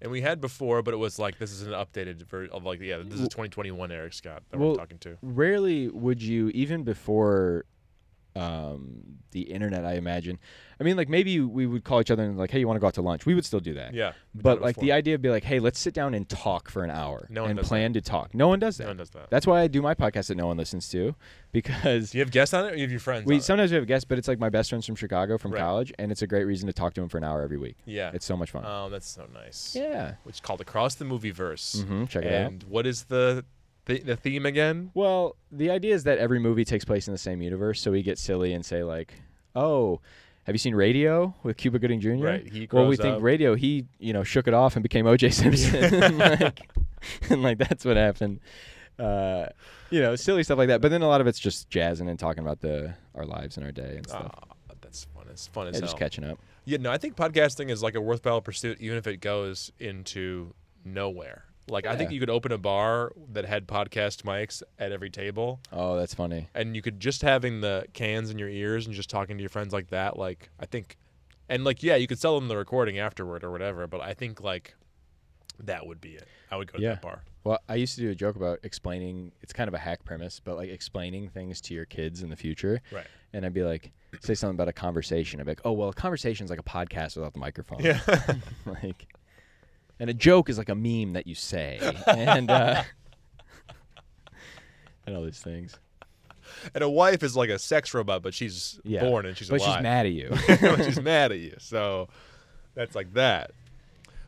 And we had before, but it was like this is an updated version of like yeah, this is 2021 Eric Scott that we're well, talking to. rarely would you even before um, the internet. I imagine. I mean, like maybe we would call each other and like, hey, you want to go out to lunch? We would still do that. Yeah, we've done But it like the before. idea would be like, hey, let's sit down and talk for an hour No one and does that. plan to talk. No one does that. one does that. That's why I do my podcast that no one listens to, because Do you have guests on it, or you have your friends? on we it? sometimes we have guests, but it's like my best friends from Chicago from Right. college, and it's a great reason to talk to him for an hour every week. Yeah. it's so much fun. Oh, that's so nice. yeah. Which is called Across the Movie Verse. Mhm, check it out. and what is the th- the theme again? Well, the idea is that every movie takes place in the same universe, so we get silly and say like, "Oh, have you seen Radio with Cuba Gooding Jr.?" Right, he well, we grows up- think Radio. He, you know, shook it off and became O.J. Simpson, and, like, and like that's what happened. Uh, you know, silly stuff like that. But then a lot of it's just jazzing and talking about the our lives and our day and Ah, stuff. that's fun. It's fun as yeah, hell. just catching up. Yeah, no, I think podcasting is like a worthwhile pursuit, even if it goes into nowhere. Like, I think Yeah. you could open a bar that had podcast mics at every table, Oh, that's funny. and you could just having the cans in your ears and just talking to your friends like that. Like, I think, and like, yeah, you could sell them the recording afterward or whatever, but I think like that would be it. I would go to Yeah. that bar. Well, I used to do a joke about explaining. It's kind of a hack premise, but like explaining things to your kids in the future. Right. and I'd be like, say something about a conversation. I'd be like, oh well, a conversation is like a podcast without the microphone. Yeah. like, and a joke is like a meme that you say, and uh, and all these things. And a wife is like a sex robot, but she's Yeah. born and she's but alive. she's mad at you. But she's mad at you. So that's like that.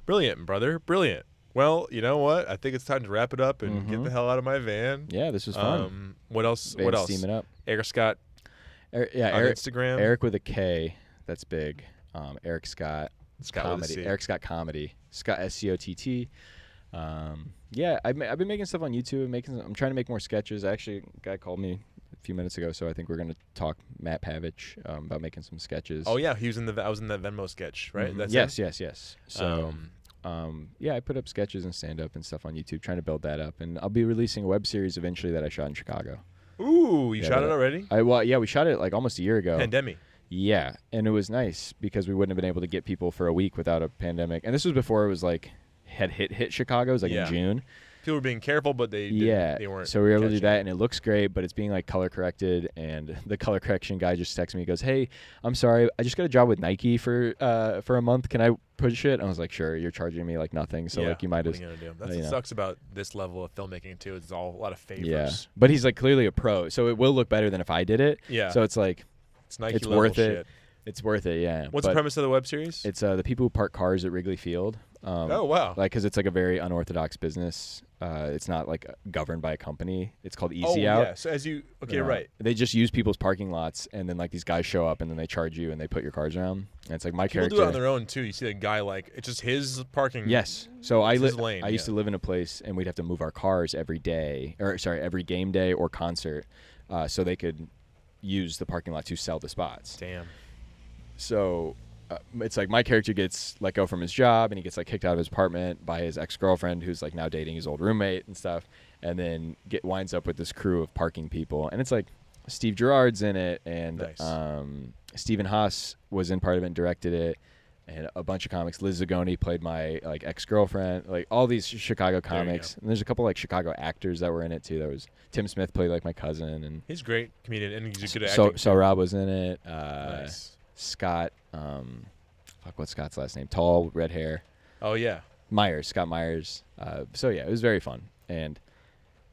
Brilliant, brother. Brilliant. Well, you know what? I think it's time to wrap it up and get the hell out of my van. Mm-hmm. yeah, this was fun. Um, what else? Van what else? steaming up. Eric Scott Er- yeah, on Eric, Instagram. Eric with a K. That's big. Um, Eric Scott. Scott with a comedy. C. Eric Scott comedy. Scott S C O T T. Um, yeah, I've, ma- I've been making stuff on YouTube. and Making, some- I'm trying to make more sketches. Actually, a guy called me a few minutes ago, so I think we're gonna talk Matt Pavich um, about making some sketches. Mm-hmm. Oh yeah, he was in the. I was in that Venmo sketch, right? That's yes, him? yes, yes. So, Um, um, yeah, I put up sketches and stand up and stuff on YouTube, trying to build that up. And I'll be releasing a web series eventually that I shot in Chicago. Ooh, you Yeah, shot it but- already. I well, yeah, we shot it like almost a year ago. Pandemic. Yeah, and it was nice because we wouldn't have been able to get people for a week without a pandemic. And this was before it was like had hit hit Chicago. It was like Yeah. in June. People were being careful, but they didn't- yeah, they weren't. so we were able to do catching it. that, and it looks great. But it's being like color corrected, and the color correction guy just texts me. He goes, "Hey, I'm sorry, I just got a job with Nike for uh for a month. Can I push it?" And I was like, "Sure, you're charging me like nothing, so Yeah, like you might what as are you gonna do? That's you what know. sucks about this level of filmmaking too. It's all a lot of favors. yeah." But he's like clearly a pro, so it will look better than if I did it. Yeah. So it's like It's Nike it's level worth it. shit. It's worth it. Yeah. What's the But premise of the web series? It's uh the people who park cars at Wrigley Field. Um, oh wow. like because it's like a very unorthodox business. Uh, it's not like governed by a company. It's called Easy oh, Out. Uh, Yeah. So as you okay, Yeah. right. They just use people's parking lots, and then like these guys show up, and then they charge you, and they put your cars around. And it's like my People character. do it on their own too. You see that guy like it's just his parking. Yes. So I It's his li- lane, I used yeah. to live in a place, and we'd have to move our cars every day, or sorry, every game day or concert, uh, so they could use the parking lot to sell the spots. Damn. so uh, it's like my character gets let go from his job and he gets like kicked out of his apartment by his ex-girlfriend who's like now dating his old roommate and stuff and then get winds up with this crew of parking people and it's like steve gerrard's in it and Nice. um, stephen haas was in part of it and directed it and a bunch of comics liz zagoni played my like ex-girlfriend like all these chicago you comics and there's a couple like chicago actors that were in it too there was tim smith played like my cousin and He's a great comedian and he's a good at so acting. so rob was in it uh, nice. Scott. Um, fuck, what's Scott's last name? Tall, red hair. Oh yeah. Myers, Scott Myers. Uh, so yeah, it was very fun. And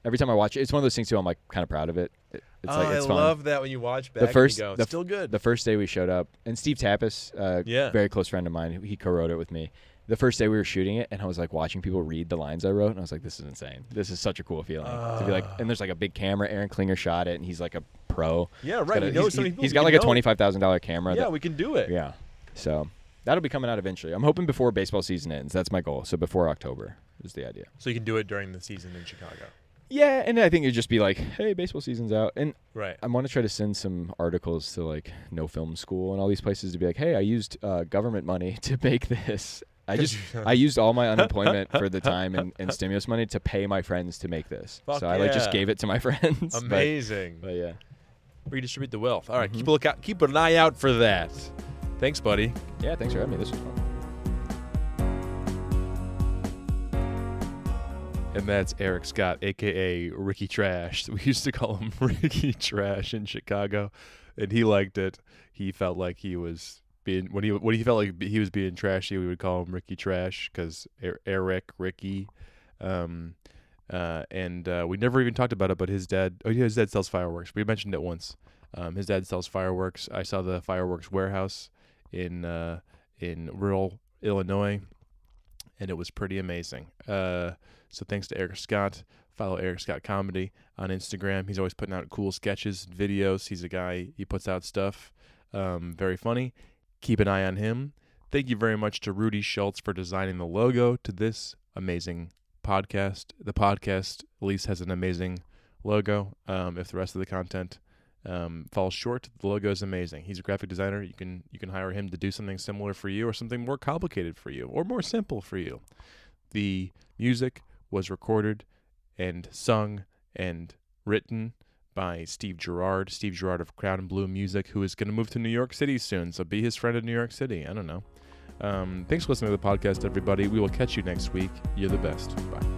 every time I watch it, it's one of those things too. I'm like kind of proud of it. It- It's Oh, like it's I fun. love that when you watch back. the first, and you go, the, still good. The first day we showed up, and Steve Tappas, uh, Yeah. very close friend of mine, he co-wrote it with me. The first day we were shooting it, and I was like watching people read the lines I wrote, and I was like, "This is insane. This is such a cool feeling to be like." Ah. And there's like a big camera. Aaron Klinger shot it, and he's like a pro. Yeah, He's right, got a- he knows he's- so many he's- people, he's you got like know. a twenty-five thousand dollar camera. yeah, that- we can do it. yeah. So that'll be coming out eventually. I'm hoping before baseball season ends. That's my goal. So before October is the idea. So you can do it during the season in Chicago. Yeah, and I think it'd just be like, hey, baseball season's out, and Right. I want to try to send some articles to like No Film School and all these places to be like, hey, I used uh, government money to make this. I just I used all my unemployment for the time and, and stimulus money to pay my friends to make this. Fuck so I like yeah. just gave it to my friends. but- Amazing. but Mm-hmm. yeah, Redistribute the wealth. All right, keep a look out. Keep an eye out for that. Thanks, buddy. yeah. Thanks for having me. This was fun. And that's Eric Scott, aka Ricky Trash. We used to call him Ricky Trash in Chicago. and he liked it. He felt like he was being when he when he felt like he was being trashy. We would call him Ricky Trash because Eric Ricky. Um, uh, and uh, we never even talked about it, but his dad. Oh yeah, his dad sells fireworks. We mentioned it once. Um, his dad sells fireworks. I saw the fireworks warehouse in uh, in rural Illinois, and it was pretty amazing. Uh, so thanks to Eric Scott. Follow Eric Scott Comedy on Instagram. He's always putting out cool sketches, videos. He's a guy. He puts out stuff. Um, very funny. Keep an eye on him. Thank you very much to Rudy Schultz for designing the logo to this amazing podcast. The podcast, at least, has an amazing logo. Um, if the rest of the content um, falls short, the logo is amazing. He's a graphic designer. You can you can hire him to do something similar for you, or something more complicated for you, or more simple for you. The music was recorded and sung and written by Steve Gerard. Steve Gerard of Crown and Blue Music, who is going to move to New York City soon. So be his friend in New York City. I don't know. Um, thanks for listening to the podcast, everybody. We will catch you next week. You're the best. Bye.